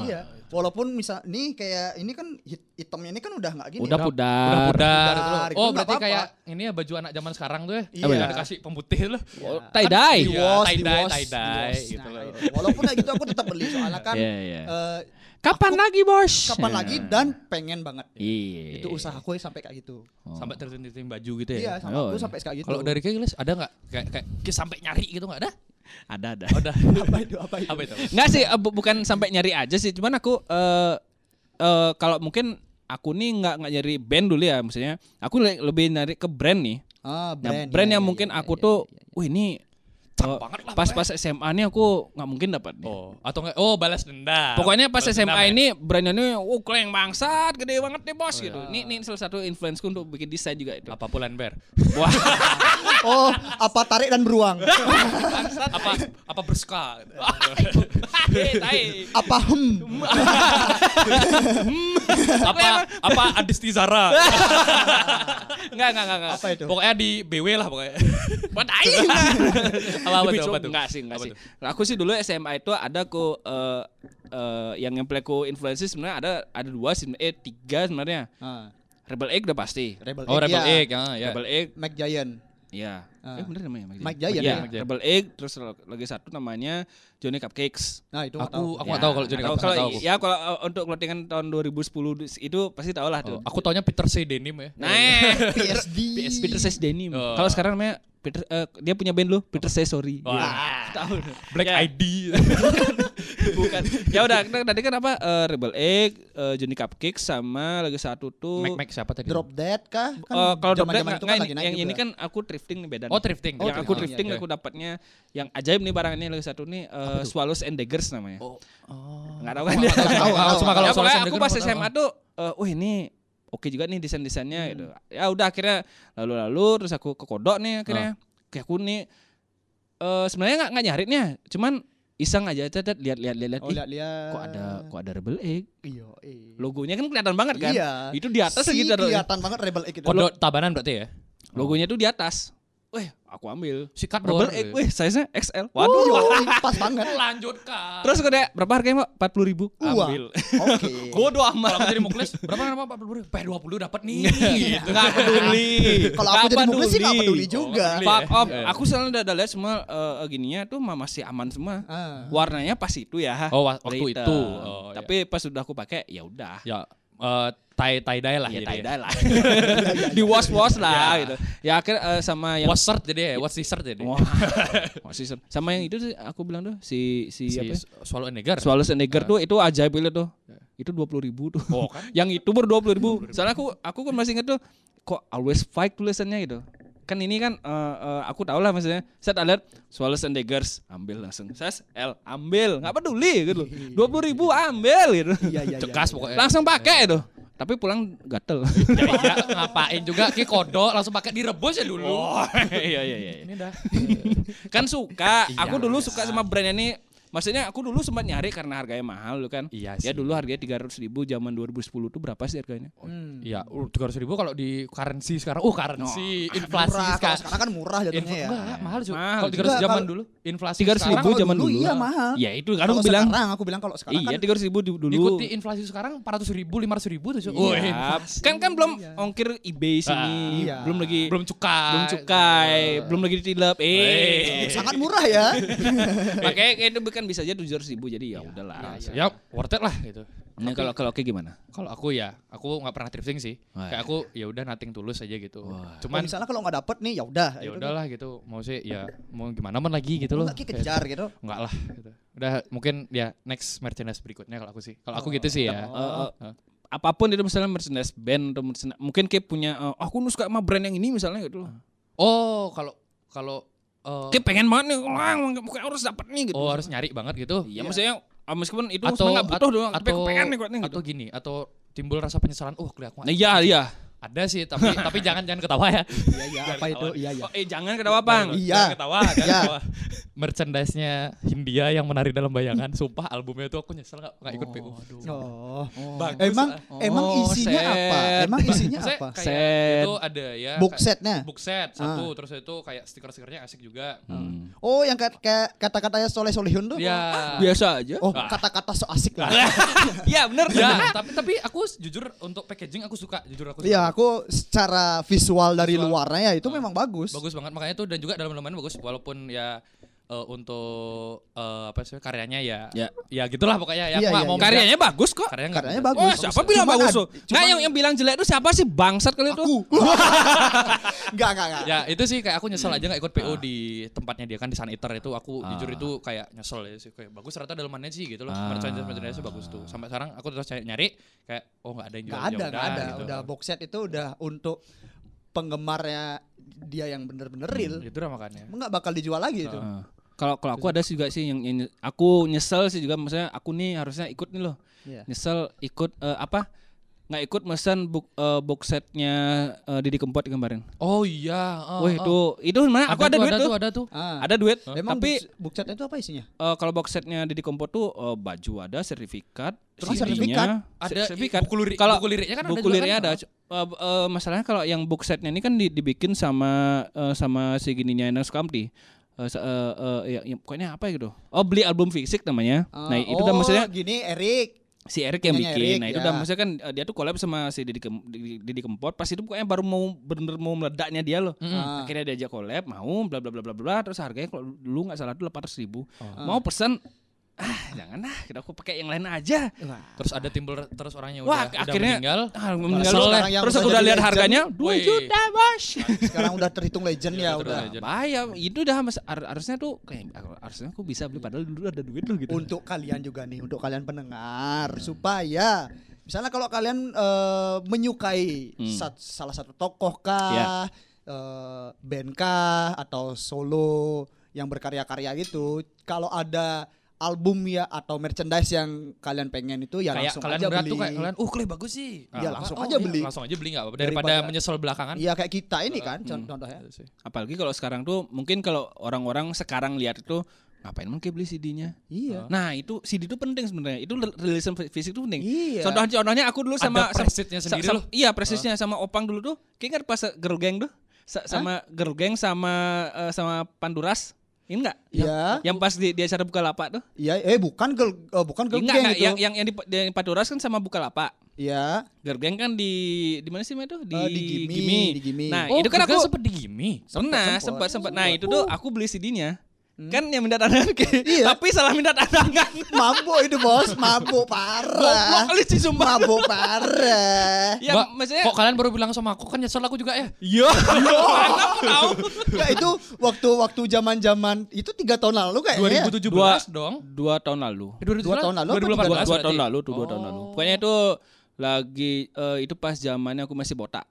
Speaker 3: iya walaupun misal nih kayak ini kan hit- hitamnya ini kan udah nggak gini
Speaker 4: Udah
Speaker 2: Udah
Speaker 4: pudar.
Speaker 2: pudar.
Speaker 3: Pudar,
Speaker 2: Oh,
Speaker 3: itu nggak
Speaker 2: berarti
Speaker 3: apa-apa.
Speaker 2: kayak ini ya baju anak zaman sekarang tuh ya.
Speaker 3: Iya.
Speaker 2: Udah dikasih pemutih loh.
Speaker 4: Oh,
Speaker 3: Iya.
Speaker 4: tie dye.
Speaker 2: Iya.
Speaker 3: Diwas,
Speaker 2: tie-dye,
Speaker 3: diwas,
Speaker 2: tie-dye,
Speaker 3: diwas.
Speaker 2: gitu
Speaker 3: Nah,
Speaker 2: loh.
Speaker 3: itu. Walaupun kayak gitu aku tetap beli soalnya kan
Speaker 4: Iya, iya.
Speaker 3: eh,
Speaker 4: Kapan
Speaker 3: Aku-
Speaker 4: lagi, Bos?
Speaker 3: kapan lagi dan pengen banget.
Speaker 4: Iya.
Speaker 3: Itu usaha aku sampai kayak gitu.
Speaker 2: Sampai tertinting baju gitu ya.
Speaker 3: Iya, sama aku
Speaker 4: Oh, iya.
Speaker 3: sampai kayak gitu.
Speaker 2: Kalau dari Kegles ada nggak kayak kayak kayak sampai nyari gitu nggak ada?
Speaker 4: Ada
Speaker 3: Oh,
Speaker 4: ada.
Speaker 2: Ada.
Speaker 3: apa itu apa itu?
Speaker 2: Apa itu?
Speaker 4: Enggak sih, eh, bu- bukan sampai nyari aja sih, cuman aku eh eh, kalau mungkin aku nih nggak nggak nyari band dulu ya, maksudnya aku le- lebih nyari ke brand nih.
Speaker 3: Ah,
Speaker 4: Nah,
Speaker 3: brand.
Speaker 4: brand
Speaker 3: Iya,
Speaker 4: yang
Speaker 3: iya,
Speaker 4: mungkin
Speaker 3: iya,
Speaker 4: aku
Speaker 3: iya,
Speaker 4: tuh,
Speaker 3: iya, iya.
Speaker 4: wih ini
Speaker 2: Cak
Speaker 4: Oh,
Speaker 2: banget lah.
Speaker 4: Pas
Speaker 2: pokoknya.
Speaker 4: pas SMA nih aku nggak mungkin dapat. nih.
Speaker 2: Oh, atau enggak? Oh, balas dendam.
Speaker 4: Pokoknya pas
Speaker 2: Balas
Speaker 4: SMA
Speaker 2: dendam ya?
Speaker 4: ini Brandonnya uh kleng bangsat gede banget nih
Speaker 3: Oh,
Speaker 4: bos gitu.
Speaker 3: iya.
Speaker 4: Ini ini salah satu influenceku untuk bikin desain juga itu.
Speaker 2: apa pulen bear?
Speaker 4: Wah,
Speaker 3: Oh, apa tarik dan beruang?
Speaker 2: apa apa berska? gitu.
Speaker 4: tai, Iya, tai.
Speaker 3: apa hmm. hem?
Speaker 2: apa apa Adisti Zara?
Speaker 4: Enggak, enggak, enggak, enggak.
Speaker 3: Apa itu?
Speaker 2: pokoknya di BW lah pokoknya.
Speaker 4: Buat aing.
Speaker 2: apa apa
Speaker 4: Lebih
Speaker 2: tuh? Apa
Speaker 4: cowok.
Speaker 2: tuh?
Speaker 4: Enggak sih, enggak
Speaker 2: Apa
Speaker 4: sih.
Speaker 2: tuh?
Speaker 4: Nah, aku sih dulu SMA itu ada ku eh, eh, yang ngempleku influencer sebenarnya ada ada dua sih, eh tiga sebenarnya.
Speaker 3: Ah,
Speaker 4: Rebel Egg udah pasti.
Speaker 3: Rebel
Speaker 2: Oh,
Speaker 3: Egg,
Speaker 2: Rebel
Speaker 3: ya.
Speaker 2: Egg, ya, ya.
Speaker 4: Rebel Egg,
Speaker 3: Mac Giant.
Speaker 4: ya.
Speaker 3: Ah.
Speaker 4: Eh bener namanya Mike
Speaker 3: Mike Giant,
Speaker 4: Iya,
Speaker 2: ya. Mike Giant.
Speaker 4: Rebel Egg terus lagi satu namanya Johnny Cupcakes. Ya.
Speaker 3: Nah, itu nggak
Speaker 2: Aku
Speaker 3: tahu.
Speaker 2: aku nggak tahu kalau jadi
Speaker 4: nggak
Speaker 2: nggak tahu aku.
Speaker 4: ya kalau uh, untuk clothingan tahun 2010 itu pasti tau lah
Speaker 2: Oh,
Speaker 4: tuh.
Speaker 2: aku taunya Peter C Denim ya.
Speaker 4: Nah,
Speaker 3: PSD.
Speaker 4: Peter Says Denim.
Speaker 2: Oh.
Speaker 4: Kalau sekarang namanya Peter eh, dia punya band loh, Peter Says Sorry.
Speaker 2: Wah.
Speaker 3: iya.
Speaker 4: Tahu.
Speaker 2: Black
Speaker 4: Ya.
Speaker 2: ID.
Speaker 4: Bukan. Ya udah, nah, tadi kan apa eh, Rebel Egg, eh, Johnny Cupcakes sama lagi satu tuh
Speaker 2: Mac Kan Mac siapa tadi?
Speaker 3: Drop Dead kah? Kan
Speaker 4: Eh, kalau drop
Speaker 3: zaman-zaman
Speaker 4: dead
Speaker 3: itu
Speaker 4: nggak,
Speaker 3: lagi naik gitu.
Speaker 4: yang
Speaker 3: juga.
Speaker 4: ini kan aku thrifting nih beda.
Speaker 2: gitu ya. Oh,
Speaker 4: nih.
Speaker 2: thrifting.
Speaker 3: Oh,
Speaker 4: yang aku
Speaker 3: thrifting.
Speaker 4: drifting
Speaker 2: Iya,
Speaker 4: aku dapatnya yang ajaib nih barang ini lagi satu nih eh, Swallows and Daggers namanya.
Speaker 2: Oh.
Speaker 4: Nggak tahu kan.
Speaker 2: iya. Nggak tahu, nggak tahu. Cuma kalau
Speaker 4: ya,
Speaker 2: soal
Speaker 4: pokoknya
Speaker 2: Sandiaga
Speaker 4: aku pas
Speaker 2: kan nggak tahu. Hmm.
Speaker 4: SMA tuh eh, wah ini oke juga nih desain-desainnya gitu. Ya udah akhirnya lalu-lalu terus aku ke kodok nih akhirnya.
Speaker 2: Ah.
Speaker 4: Kayak aku nih eh, sebenarnya nggak nggak nyarinya, cuman iseng aja catat lihat-lihat lihat-lihat
Speaker 3: Oh,
Speaker 4: ih,
Speaker 3: lihat-lihat.
Speaker 4: kok ada kok ada rebel egg.
Speaker 3: Iya, eh.
Speaker 4: Logonya kan kelihatan banget kan?
Speaker 3: Iya.
Speaker 4: Itu di atas
Speaker 3: Si
Speaker 4: gitu. loh.
Speaker 3: Kelihatan banget Rebel Egg itu.
Speaker 2: Kodok tabanan berarti ya?
Speaker 4: Logonya tuh di atas. Weh, aku ambil.
Speaker 2: Sikat bor,
Speaker 4: Rebel egg,
Speaker 2: gitu.
Speaker 4: weh, size-nya XL.
Speaker 3: Waduh, yoi,
Speaker 4: Waduh.
Speaker 3: pas banget.
Speaker 2: Lanjut kak.
Speaker 4: Terus gue deh, berapa harganya, Pak? 40 ribu.
Speaker 3: Wah.
Speaker 4: Ambil.
Speaker 3: Oke.
Speaker 4: Bodoh
Speaker 2: kalau aku
Speaker 4: amat.
Speaker 2: jadi muklis berapa nama Pak Peduli? P 20 dapat nih. gitu.
Speaker 4: Enggak peduli.
Speaker 3: Kalau aku jadi muklis sih nggak peduli
Speaker 2: Oh,
Speaker 3: juga.
Speaker 2: nggak peduli.
Speaker 4: Fuck
Speaker 2: ya.
Speaker 4: off.
Speaker 2: Iya.
Speaker 4: Aku selalu udah, udah lihat semua eh, gininya tuh mah masih aman semua.
Speaker 3: Ah.
Speaker 4: Warnanya pas itu ya.
Speaker 2: Oh, wa- waktu
Speaker 4: Later.
Speaker 2: itu. Oh, iya.
Speaker 4: Tapi pas udah aku pakai ya udah.
Speaker 2: Ya eh tie tie dye lah iya
Speaker 3: Iya,
Speaker 4: Ya
Speaker 2: jadi
Speaker 4: tie-dye lah. Di wash-wash lah gitu. Ya akhir eh, sama yang
Speaker 2: What shirt jadi ya? What t-shirt jadi?
Speaker 4: Wah. Wah, season. Sama yang itu sih aku bilang tuh
Speaker 3: iya,
Speaker 4: si si,
Speaker 2: Si
Speaker 4: apa? ya?
Speaker 2: Swallow and Dagger.
Speaker 4: Swallows and Dagger tuh itu ajaib banget tuh. Itu 20 ribu tuh.
Speaker 2: Oh, kan.
Speaker 4: yang itu baru 20 ribu. Soalnya aku aku kan masih inget tuh kok always fight tulisannya gitu. Kan ini kan eh, eh, aku tau lah maksudnya. Set alert Swallows and Daggers ambil langsung. Ses L ambil. Nggak peduli gitu. 20 ribu ambil gitu.
Speaker 3: Iya, iya, iya.
Speaker 2: Cekas pokoknya.
Speaker 4: Langsung pakai itu. Tapi pulang gatel.
Speaker 2: Ya, iya, ngapain juga ki kodok langsung pakai direbus ya dulu.
Speaker 4: iya iya iya.
Speaker 2: Ini dah.
Speaker 4: Kan suka.
Speaker 2: Iya,
Speaker 4: Aku dulu suka sama brand ini. Maksudnya aku dulu sempat nyari karena harganya mahal dulu kan.
Speaker 2: Iya sih.
Speaker 4: Ya dulu harganya 300 ribu zaman 2010 tuh berapa sih harganya?
Speaker 3: Oh,
Speaker 2: Iya, tiga ratus ribu kalau di currency sekarang. Oh, currency, inflasi
Speaker 3: Murah, kalau
Speaker 2: sekarang.
Speaker 3: sekarang kan murah jatuhnya ya.
Speaker 2: Enggak, mahal sih.
Speaker 4: Mahal.
Speaker 2: Kalau tiga ratus
Speaker 3: Enggak,
Speaker 2: zaman
Speaker 3: kalau-
Speaker 2: dulu, inflasi
Speaker 4: tiga ratus ribu
Speaker 2: sekarang
Speaker 4: zaman
Speaker 3: dulu
Speaker 4: dulu.
Speaker 3: iya mahal.
Speaker 4: Ya itu kan
Speaker 3: Kalau
Speaker 4: aku bilang.
Speaker 3: sekarang aku bilang kalau sekarang
Speaker 4: Iya
Speaker 3: kan
Speaker 4: tiga ratus ribu du- dulu.
Speaker 2: diikuti inflasi sekarang empat ratus ribu, lima ratus ribu tuh. cuy.
Speaker 4: Iya.
Speaker 2: Oh, inflasi.
Speaker 4: Kan kan belum ongkir eBay sini,
Speaker 3: Iya.
Speaker 4: belum lagi belum,
Speaker 2: Ah, belum cukai. Iya.
Speaker 4: cukai, belum lagi ditilap.
Speaker 2: Eh.
Speaker 4: Eh,
Speaker 3: sangat murah ya.
Speaker 4: makanya kayak itu bukan bisa aja tujuh ratus ribu jadi ya udahlah.
Speaker 2: Ya, worth it lah gitu.
Speaker 4: Nah kalau kalau kayak gimana?
Speaker 2: Kalau aku ya, aku nggak pernah thrifting sih.
Speaker 4: Wah.
Speaker 2: Kayak aku ya udah nating tulus aja gitu.
Speaker 3: Kalau
Speaker 2: Cuman
Speaker 3: misalnya kalau nggak dapet nih ya udah.
Speaker 2: ya udahlah gitu. Mau sih ya mau gimana men lagi gitu loh.
Speaker 3: Enggak kejar gitu.
Speaker 2: Enggak lah gitu. Udah mungkin ya next merchandise berikutnya kalau aku sih. Kalau aku gitu sih ya.
Speaker 4: Eh, eh, apapun itu misalnya merchandise band atau merchandise, mungkin kayak punya eh, aku nu suka sama brand yang ini misalnya gitu loh.
Speaker 3: Ah.
Speaker 2: Oh, kalau kalau eh,
Speaker 4: Kayak pengen banget nih, wah mungkin harus dapat nih gitu.
Speaker 2: oh harus nyari banget gitu.
Speaker 4: Iya, maksudnya ah, meskipun itu
Speaker 2: atau
Speaker 4: sebenarnya nggak butuh
Speaker 2: at-
Speaker 4: doang, tapi aku pengen nih kok nih gitu.
Speaker 2: atau gini, atau timbul rasa penyesalan, oh kelihat aku
Speaker 4: Nah, iya iya.
Speaker 2: ada sih tapi tapi jangan jangan ketawa ya.
Speaker 3: Iya iya apa itu? Iya iya.
Speaker 4: Oh, eh jangan ketawa bang.
Speaker 3: Iya.
Speaker 4: Jangan ketawa. Jangan
Speaker 3: Iya.
Speaker 4: ketawa.
Speaker 2: Merchandise-nya Hindia yang menarik dalam bayangan, sumpah albumnya itu aku nyesel nggak nggak ikut PU.
Speaker 3: Oh.
Speaker 2: Bagus.
Speaker 3: Emang emang
Speaker 4: Oh,
Speaker 3: isinya
Speaker 4: set.
Speaker 3: apa? Emang isinya
Speaker 2: Maksudnya
Speaker 3: apa?
Speaker 2: kayak
Speaker 4: Set.
Speaker 2: Itu ada ya.
Speaker 3: Box
Speaker 2: kayak-
Speaker 3: setnya?
Speaker 2: Book set satu, terus itu kayak stiker-stikernya asik juga.
Speaker 4: Hmm.
Speaker 3: Oh, yang kayak kayak kata-katanya soleh solehun tuh.
Speaker 2: Iya.
Speaker 4: Ah. Biasa aja.
Speaker 3: Oh, kata-kata so asik lah.
Speaker 4: Iya bener.
Speaker 2: Ya, tapi tapi aku jujur untuk packaging aku suka, jujur aku suka.
Speaker 3: Iya, aku secara visual dari
Speaker 2: Visual.
Speaker 3: luarnya ya itu memang bagus.
Speaker 2: Bagus banget makanya tuh dan juga dalam lembaran bagus walaupun ya eh, untuk eh, apa sih karyanya ya
Speaker 4: Ya.
Speaker 2: ya gitulah pokoknya ya aku
Speaker 3: Iya,
Speaker 2: nggak
Speaker 3: iya,
Speaker 2: mau
Speaker 3: iya.
Speaker 4: Karyanya bagus kok.
Speaker 2: karyanya, nggak
Speaker 3: Karyanya
Speaker 2: bagus.
Speaker 3: bagus.
Speaker 4: Wah siapa bilang
Speaker 3: Cuman
Speaker 4: bagus
Speaker 3: ad-
Speaker 4: tuh? Nggak
Speaker 3: cuman-
Speaker 4: yang, yang bilang jelek tuh siapa sih bangsat kali itu?
Speaker 3: Aku. Enggak, enggak, enggak.
Speaker 2: Ya itu sih kayak aku nyesel aja nggak ikut PO di tempatnya dia kan di Sun Eater itu aku jujur itu kayak nyesel ya sih kayak bagus ternyata dalamannya sih gitu loh merchandise merchandise bagus tuh sampai sekarang aku terus nyari, nyari kayak oh nggak ada yang jual
Speaker 4: gitu.
Speaker 3: Enggak ada,
Speaker 2: Ya
Speaker 3: enggak ada.
Speaker 2: gitu.
Speaker 3: Udah box set itu udah untuk penggemarnya dia yang bener-bener real,
Speaker 2: Itu lah makanya.
Speaker 3: nggak bakal dijual lagi itu.
Speaker 4: Hmm, gitu. Heeh. Kalau kalau aku ada sih juga sih yang, yang- aku nyesel sih juga maksudnya aku nih harusnya ikut nih loh.
Speaker 3: Iya.
Speaker 4: Nyesel ikut eh, apa? nggak ikut mesen book, eh, box setnya eh, Didi Kempot kemarin.
Speaker 2: Oh iya. ah, ah.
Speaker 4: Wah itu itu mana? Aku ada,
Speaker 2: tuh,
Speaker 4: duit
Speaker 2: ada
Speaker 4: tuh.
Speaker 2: Ada tuh.
Speaker 3: Ah.
Speaker 4: Ada duit.
Speaker 3: Emang
Speaker 4: Tapi
Speaker 3: book- book set itu apa isinya?
Speaker 4: eh, kalau box setnya Didi Kempot tuh eh, baju ada, sertifikat,
Speaker 3: Terus
Speaker 4: CD-nya,
Speaker 3: sertifikat?
Speaker 2: Ada
Speaker 4: se- sertifikat.
Speaker 2: buku lirik-
Speaker 4: Kalau
Speaker 2: buku liriknya kan ada
Speaker 4: buku
Speaker 2: juga kan?
Speaker 4: liriknya ada.
Speaker 2: Ah.
Speaker 4: C- eh, b- eh, masalahnya kalau yang book setnya ini kan di- dibikin sama eh, sama si gininya Enes Kamti. Eh, se- eh, eh, ya, ya, pokoknya apa gitu. Oh, beli album fisik namanya.
Speaker 3: Ah,
Speaker 4: nah, itu udah
Speaker 3: oh,
Speaker 4: maksudnya
Speaker 3: gini Erik.
Speaker 4: si Erik yang
Speaker 3: Punyanya
Speaker 4: bikin.
Speaker 3: Erik,
Speaker 4: nah, itu
Speaker 3: ya.
Speaker 4: udah maksudnya kan eh, dia tuh collab sama si Didi, Kem- Didi, Didi Kempot. Pas itu pokoknya baru mau bener-bener mau meledaknya dia loh. Nah,
Speaker 3: Ah.
Speaker 4: Akhirnya diajak collab, mau bla bla bla bla bla terus harganya kalau dulu nggak salah tuh 800 ribu.
Speaker 3: Oh.
Speaker 4: Mau pesan ah jangan ah, kita aku pakai yang lain aja.
Speaker 2: Terus ada timbul terus orangnya udah,
Speaker 4: Wah,
Speaker 2: udah
Speaker 4: akhirnya
Speaker 2: meninggal.
Speaker 4: Ah,
Speaker 3: Terus
Speaker 4: meninggal loh.
Speaker 3: orang yang
Speaker 4: Terus
Speaker 3: udah
Speaker 4: aku udah
Speaker 3: jadi
Speaker 4: lihat
Speaker 3: legend.
Speaker 4: harganya 2
Speaker 2: Wih.
Speaker 4: juta, Bos.
Speaker 3: Sekarang udah terhitung legend ya
Speaker 2: Iya,
Speaker 3: udah.
Speaker 2: legend.
Speaker 4: Bahaya, itu dah mas, har- harusnya tuh kayak harusnya aku bisa beli padahal dulu ada duit loh gitu.
Speaker 3: Untuk kalian juga nih, untuk kalian
Speaker 2: Hmm.
Speaker 3: pendengar supaya misalnya kalau kalian eh, menyukai
Speaker 4: Hmm.
Speaker 3: sat- salah satu tokoh
Speaker 2: Ya.
Speaker 3: kah, eh, band kah atau solo yang berkarya-karya gitu, kalau ada album ya atau merchandise yang kalian pengen itu ya
Speaker 2: kayak
Speaker 3: langsung
Speaker 2: kalian
Speaker 3: aja
Speaker 2: berat
Speaker 3: beli.
Speaker 2: tuh kayak kalian, uh kalian bagus sih.
Speaker 3: Iya,
Speaker 2: Ah,
Speaker 3: langsung
Speaker 2: oh,
Speaker 3: aja
Speaker 2: iya,
Speaker 3: beli.
Speaker 2: Langsung aja beli nggak apa-apa daripada,
Speaker 3: Daripada-
Speaker 2: menyesal belakangan. Iya.
Speaker 3: Iya kayak kita ini kan
Speaker 2: Hmm.
Speaker 3: con- contohnya.
Speaker 4: Apalagi kalau sekarang tuh mungkin kalau orang-orang sekarang lihat itu ngapain mungkin beli CD-nya?
Speaker 3: Iya.
Speaker 4: Nah itu CD itu penting sebenarnya. Itu rel- rilisan fi- fisik itu penting.
Speaker 3: Iya.
Speaker 4: Contoh-contohnya aku dulu
Speaker 2: Ada
Speaker 4: sama sama-
Speaker 2: presetnya
Speaker 4: sa-
Speaker 2: sendiri
Speaker 4: sama-
Speaker 2: loh.
Speaker 3: Ah.
Speaker 4: Iya presisnya sama Opang dulu tuh. Kayaknya pas Girl Gang tuh Sa- sama Girl Gang sama eh, sama Panduras. Ini enggak?
Speaker 2: Ya.
Speaker 3: Iya.
Speaker 4: Yang pas di, di acara Bukalapak tuh.
Speaker 3: Iya, eh bukan girl, eh, bukan girl
Speaker 4: enggak,
Speaker 3: gang
Speaker 4: enggak.
Speaker 3: itu.
Speaker 2: Ya,
Speaker 4: Yang yang yang di, di Panduras kan sama Bukalapak.
Speaker 3: Iya.
Speaker 4: Girl Gang kan di di mana sih Mbak, tuh? Di,
Speaker 3: Eh, di Gimi, di Gimi.
Speaker 4: Nah,
Speaker 2: Oh,
Speaker 4: itu kan aku
Speaker 2: sempet di Gimi.
Speaker 4: pernah
Speaker 3: sempet,
Speaker 4: sempat sempat.
Speaker 3: sempet. Hmm.
Speaker 4: Nah, itu tuh aku beli CD-nya. Kan yang minta tangan
Speaker 3: Iya.
Speaker 4: Tapi salah minta tangan.
Speaker 3: mabuk itu bos, mabuk
Speaker 4: Goblok
Speaker 3: parah.
Speaker 4: kali sih sumpah.
Speaker 3: mabuk parah.
Speaker 4: Ya
Speaker 2: Mbak,
Speaker 4: maksudnya
Speaker 2: kok kalian baru bilang sama aku kan nyesel aku juga ya.
Speaker 4: Yo, mana aku tahu.
Speaker 3: Enggak itu waktu waktu zaman zaman itu tiga tahun lalu kayaknya. ya?
Speaker 2: 2017 dong.
Speaker 4: Dua tahun lalu.
Speaker 2: Eh, 2017?
Speaker 3: Dua Oh. tahun lalu apa
Speaker 2: 2018
Speaker 4: Dua, dua
Speaker 2: berarti.
Speaker 4: tahun lalu tuh, dua tahun lalu.
Speaker 2: Oh.
Speaker 4: Pokoknya itu lagi eh, itu pas zamannya aku masih botak.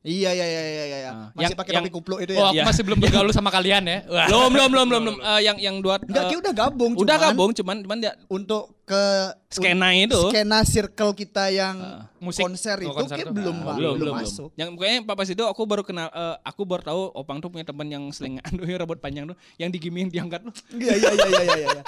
Speaker 3: Iya iya iya iya iya.
Speaker 4: Ah,
Speaker 3: Masih
Speaker 4: yang-
Speaker 3: pakai
Speaker 4: yang-
Speaker 3: topi kupluk itu
Speaker 2: Oh,
Speaker 3: ya.
Speaker 2: aku
Speaker 4: Iya.
Speaker 2: masih belum bergaul sama kalian ya. Wah.
Speaker 4: Belum, belum, belum, belum, belum. Eh, yang yang dua
Speaker 3: Enggak,
Speaker 4: eh,
Speaker 3: Ki, udah gabung
Speaker 4: udah
Speaker 3: cuman
Speaker 4: gabung cuman cuman ya. dia
Speaker 3: untuk ke
Speaker 4: skena itu. Ah,
Speaker 3: skena circle kita yang
Speaker 2: musik.
Speaker 3: konser
Speaker 2: Oh,
Speaker 3: itu
Speaker 2: konser
Speaker 3: Ki,
Speaker 2: tuh.
Speaker 3: belum,
Speaker 2: Ah,
Speaker 3: Pak,
Speaker 4: belum, belum,
Speaker 3: masuk.
Speaker 4: Yang pokoknya pas itu aku baru kenal eh, aku baru tahu Opang tuh punya teman yang selingan tuh yang rambut panjang tuh yang digimiin diangkat tuh.
Speaker 3: Iya iya iya iya iya iya.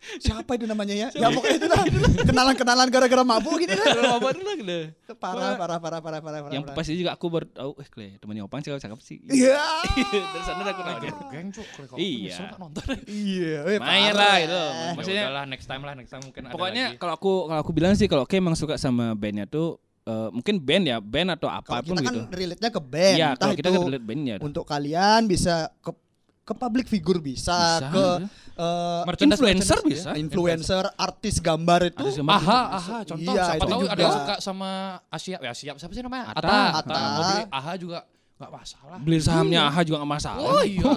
Speaker 3: Siapa itu namanya ya? Ya pokoknya itu lah. Kenalan-kenalan gara-gara mabuk gini lah.
Speaker 4: Apa dulu gitu.
Speaker 3: Parah parah parah parah parah parah.
Speaker 4: Yang
Speaker 3: parah.
Speaker 4: pas itu juga aku baru tahu eh Kle, temannya Opang cakep cakep sih.
Speaker 3: Iya.
Speaker 4: Dari sana aku nanya.
Speaker 2: Geng cuk, kalau aku
Speaker 4: Iya.
Speaker 2: nyesel nggak nonton.
Speaker 3: Iya, eh,
Speaker 4: Main
Speaker 3: parah.
Speaker 4: lah itu. Maksudnya
Speaker 2: lah next time lah, next time mungkin ada
Speaker 4: pokoknya
Speaker 2: lagi.
Speaker 4: kalau aku kalau aku bilang sih kalau Kay emang suka sama bandnya tuh eh, mungkin band ya band atau
Speaker 3: Kalau
Speaker 4: apapun
Speaker 3: kita kan
Speaker 4: gitu.
Speaker 3: relate-nya ke band,
Speaker 4: Iya,
Speaker 3: entah
Speaker 4: kalau kita
Speaker 3: itu
Speaker 4: kan relate bandnya.
Speaker 3: untuk kalian bisa ke ke public figure bisa,
Speaker 4: Bisa,
Speaker 3: ke eh,
Speaker 4: iya.
Speaker 3: iya,
Speaker 2: Merchandise,
Speaker 4: influencer
Speaker 2: merchandise
Speaker 4: bisa.
Speaker 2: ya.
Speaker 3: influencer, artis gambar itu.
Speaker 4: Artis gambar.
Speaker 2: Aha, aha, contoh
Speaker 3: Iya,
Speaker 2: siapa
Speaker 3: itu
Speaker 2: tahu ada
Speaker 3: juga.
Speaker 2: yang suka sama Asia, ya siap siapa sih namanya?
Speaker 4: Ata.
Speaker 2: Ata.
Speaker 3: Ata.
Speaker 2: Mau beli Aha juga nggak masalah.
Speaker 4: Beli sahamnya Aha juga gak masalah.
Speaker 2: Oh iya.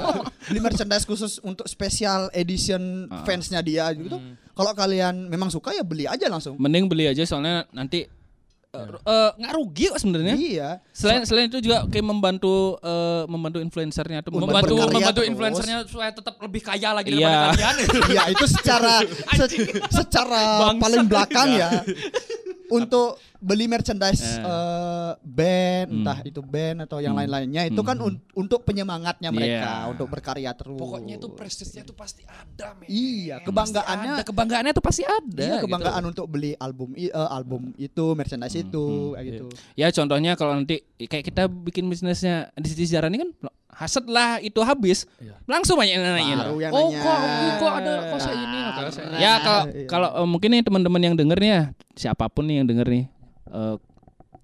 Speaker 3: beli merchandise khusus untuk special edition
Speaker 4: Ah. Hmm.
Speaker 3: fansnya dia gitu. Kalau kalian memang suka ya beli aja langsung.
Speaker 4: Mending beli aja soalnya nanti eh, ru- eh, nggak rugi kok sebenarnya.
Speaker 3: Iya.
Speaker 4: Selain selain itu juga kayak membantu eh, membantu influencernya atau
Speaker 3: Untuk
Speaker 2: membantu
Speaker 3: berkarya
Speaker 2: membantu
Speaker 3: terus.
Speaker 2: influencernya supaya tetap lebih kaya lagi
Speaker 4: Iya.
Speaker 2: daripada kalian.
Speaker 3: Iya, itu secara se- secara
Speaker 4: Bangsat.
Speaker 3: paling belakang ya. Untuk beli merchandise
Speaker 4: Eh. Hmm.
Speaker 3: eh, band, entah itu band atau yang lain-lainnya, itu kan un- untuk penyemangatnya mereka
Speaker 4: Iya.
Speaker 3: untuk berkarya terus.
Speaker 2: Pokoknya tuh prestisnya tuh pasti ada, men.
Speaker 3: Iya,
Speaker 2: Pasti
Speaker 3: kebanggaannya-
Speaker 2: ada, kebanggaannya tuh pasti ada.
Speaker 3: Iya
Speaker 2: gitu.
Speaker 3: kebanggaan untuk beli album i- eh, album itu merchandise
Speaker 4: Hmm,
Speaker 3: itu kayak gitu.
Speaker 4: Ya contohnya kalau nanti kayak kita bikin bisnisnya di sisi sejarah ini kan haset lah itu habis langsung banyak yang nanyain.
Speaker 3: Iya. Baru yang
Speaker 2: Oh,
Speaker 3: nanya.
Speaker 2: kok kok ada kok saya ini kok saya. Ya,
Speaker 3: Parah.
Speaker 4: iya. Ya kalau
Speaker 3: Iya.
Speaker 4: kalau eh, mungkin nih teman-teman yang denger nih ya siapapun nih yang denger nih eh,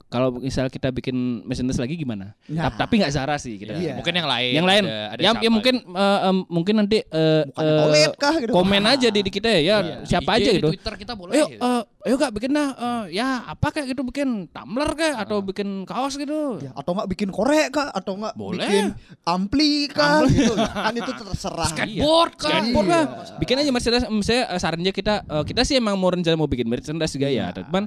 Speaker 4: kalau misal kita bikin merchandise lagi gimana?
Speaker 3: Nah.
Speaker 4: Ta- Tapi nggak Zara sih kita.
Speaker 3: Iya.
Speaker 2: mungkin yang lain.
Speaker 4: Yang lain,
Speaker 2: ada- ada
Speaker 4: ya,
Speaker 2: siapa gitu.
Speaker 4: ya mungkin eh, em, mungkin nanti eh,
Speaker 3: Bukannya
Speaker 4: eh,
Speaker 3: collab kah gitu.
Speaker 4: komen
Speaker 3: Ah.
Speaker 4: aja di di kita ya, ya
Speaker 2: gitu.
Speaker 4: siapa
Speaker 2: Di IG,
Speaker 4: aja
Speaker 2: di
Speaker 4: gitu.
Speaker 2: Twitter kita boleh.
Speaker 4: Ayo, eh, ayo kak bikin dah, eh, ya apa kayak gitu bikin tumbler kayak
Speaker 2: Ah.
Speaker 4: atau bikin kaos gitu.
Speaker 3: Ya, atau nggak bikin korek kah atau nggak
Speaker 4: Boleh.
Speaker 3: bikin ampli kah gitu. Kan itu terserah.
Speaker 2: skateboard kan.
Speaker 4: Skateboard
Speaker 3: Iya.
Speaker 4: lah. Ya. Bikin aja merchandise. Em, Saya eh, sarannya kita eh, kita sih emang mau rencana mau bikin merchandise
Speaker 2: Iya.
Speaker 4: juga ya. Cuman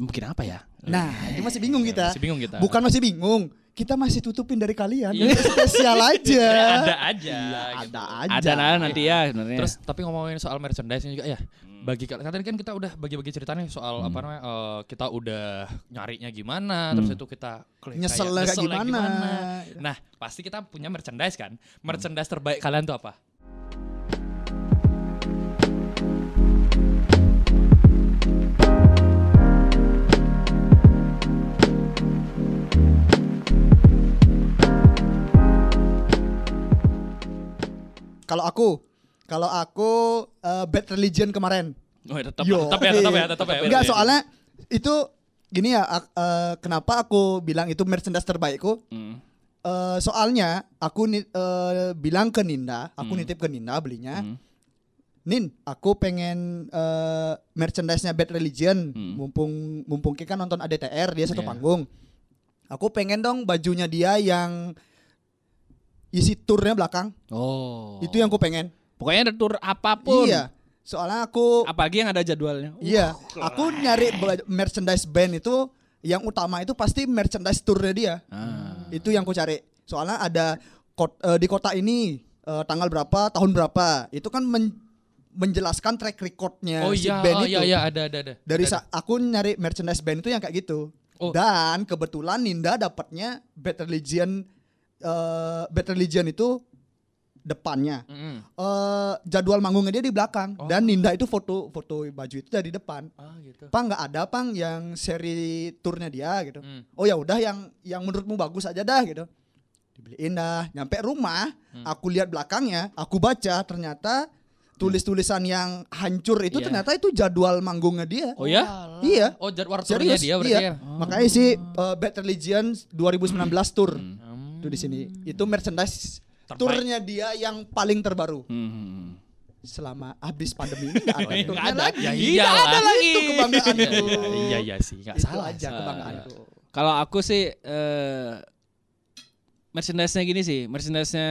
Speaker 4: mungkin apa ya?
Speaker 3: Nah, itu masih bingung kita.
Speaker 2: Masih bingung kita.
Speaker 3: Bukan masih bingung. kita masih tutupin dari kalian. Ini spesial aja.
Speaker 4: Ya, ada
Speaker 2: Iya,
Speaker 4: aja. gitu.
Speaker 3: ada aja. Iya.
Speaker 4: Ada nah, nanti ya sebenarnya.
Speaker 2: Terus tapi ngomongin soal merchandise juga ya. Bagi kalian kan tadi kan kita udah bagi-bagi ceritanya soal apa namanya eh, kita udah nyarinya gimana, terus itu kita klik kayak
Speaker 3: Nyeselnya kayak
Speaker 2: nyeselnya
Speaker 3: gimana.
Speaker 2: Nah, pasti kita punya merchandise kan. Merchandise terbaik kalian tuh apa?
Speaker 3: Kalau aku, kalau aku eh, Bad Religion kemarin.
Speaker 4: oh, ya, tetap
Speaker 3: Yo,
Speaker 2: tetap ya, tetap ya,
Speaker 3: iya.
Speaker 2: tetap ya.
Speaker 3: Enggak,
Speaker 2: Iya.
Speaker 3: soalnya itu gini ya, ak- eh, kenapa aku bilang itu merchandise terbaikku?
Speaker 4: Hmm.
Speaker 3: Eh, soalnya aku ni- eh, bilang ke Ninda, aku nitip ke Ninda belinya.
Speaker 4: Hmm.
Speaker 3: Nin, aku pengen eh, merchandise-nya Bad Religion.
Speaker 4: Hmm.
Speaker 3: Mumpung mumpung Ki kan nonton ADTR dia satu
Speaker 4: Iya.
Speaker 3: panggung. Aku pengen dong bajunya dia yang isi turnya belakang.
Speaker 4: Oh.
Speaker 3: Itu yang aku pengen.
Speaker 4: Pokoknya ada tour apapun.
Speaker 3: Iya. Soalnya aku
Speaker 4: Apalagi yang ada jadwalnya.
Speaker 3: Iya, aku nyari ba- merchandise band itu yang utama itu pasti merchandise tournya dia.
Speaker 4: Ah.
Speaker 3: Itu yang aku cari. Soalnya ada kot- eh, di kota ini eh, tanggal berapa, tahun berapa. Itu kan men- menjelaskan track recordnya
Speaker 2: Oh
Speaker 3: Ya, si
Speaker 2: iya,
Speaker 3: band
Speaker 2: oh
Speaker 3: itu.
Speaker 2: iya, iya, ada ada ada.
Speaker 3: Dari
Speaker 2: Ada, ada.
Speaker 3: sa- aku nyari merchandise band itu yang kayak gitu.
Speaker 2: Oh.
Speaker 3: Dan kebetulan Ninda dapatnya Bad Religion eh, Bad Religion itu depannya.
Speaker 2: Mm-mm.
Speaker 3: Eh, jadwal manggungnya dia di belakang
Speaker 2: Oh.
Speaker 3: dan Ninda itu foto foto baju itu dari depan.
Speaker 2: Ah, gitu.
Speaker 3: Pang nggak ada pang yang seri turnya dia gitu.
Speaker 2: Hmm.
Speaker 3: Oh ya udah yang yang menurutmu bagus aja dah gitu. Dibeliin dah. Nyampe rumah,
Speaker 2: Hmm.
Speaker 3: aku lihat belakangnya, aku baca ternyata tulis-tulisan yang hancur itu
Speaker 4: Iya.
Speaker 3: ternyata itu jadwal manggungnya dia.
Speaker 4: Oh ya?
Speaker 3: Iya.
Speaker 2: Oh, jadwal tournya
Speaker 3: Serius
Speaker 2: dia berarti
Speaker 3: iya.
Speaker 2: ya.
Speaker 3: Makanya sih uh, Bad Religion 2019 tour. Itu di sini. Itu merchandise
Speaker 2: Hmm. Terbaik.
Speaker 3: Turnya dia yang paling terbaru
Speaker 4: Hmm.
Speaker 3: selama habis pandemi ini nggak ada
Speaker 4: iya.
Speaker 3: turnya
Speaker 4: Nggak ada.
Speaker 3: lagi.
Speaker 2: Ya
Speaker 4: Tidak
Speaker 2: iyalah.
Speaker 4: ada lagi.
Speaker 3: Itu
Speaker 2: Iya,
Speaker 3: kebanggaanku.
Speaker 2: iya, Iya, iya sih, enggak
Speaker 3: Itu
Speaker 2: salah.
Speaker 3: aja
Speaker 2: salah.
Speaker 3: kebanggaanku.
Speaker 4: Iya. Kalau aku sih eh merchandise-nya gini sih, merchandise-nya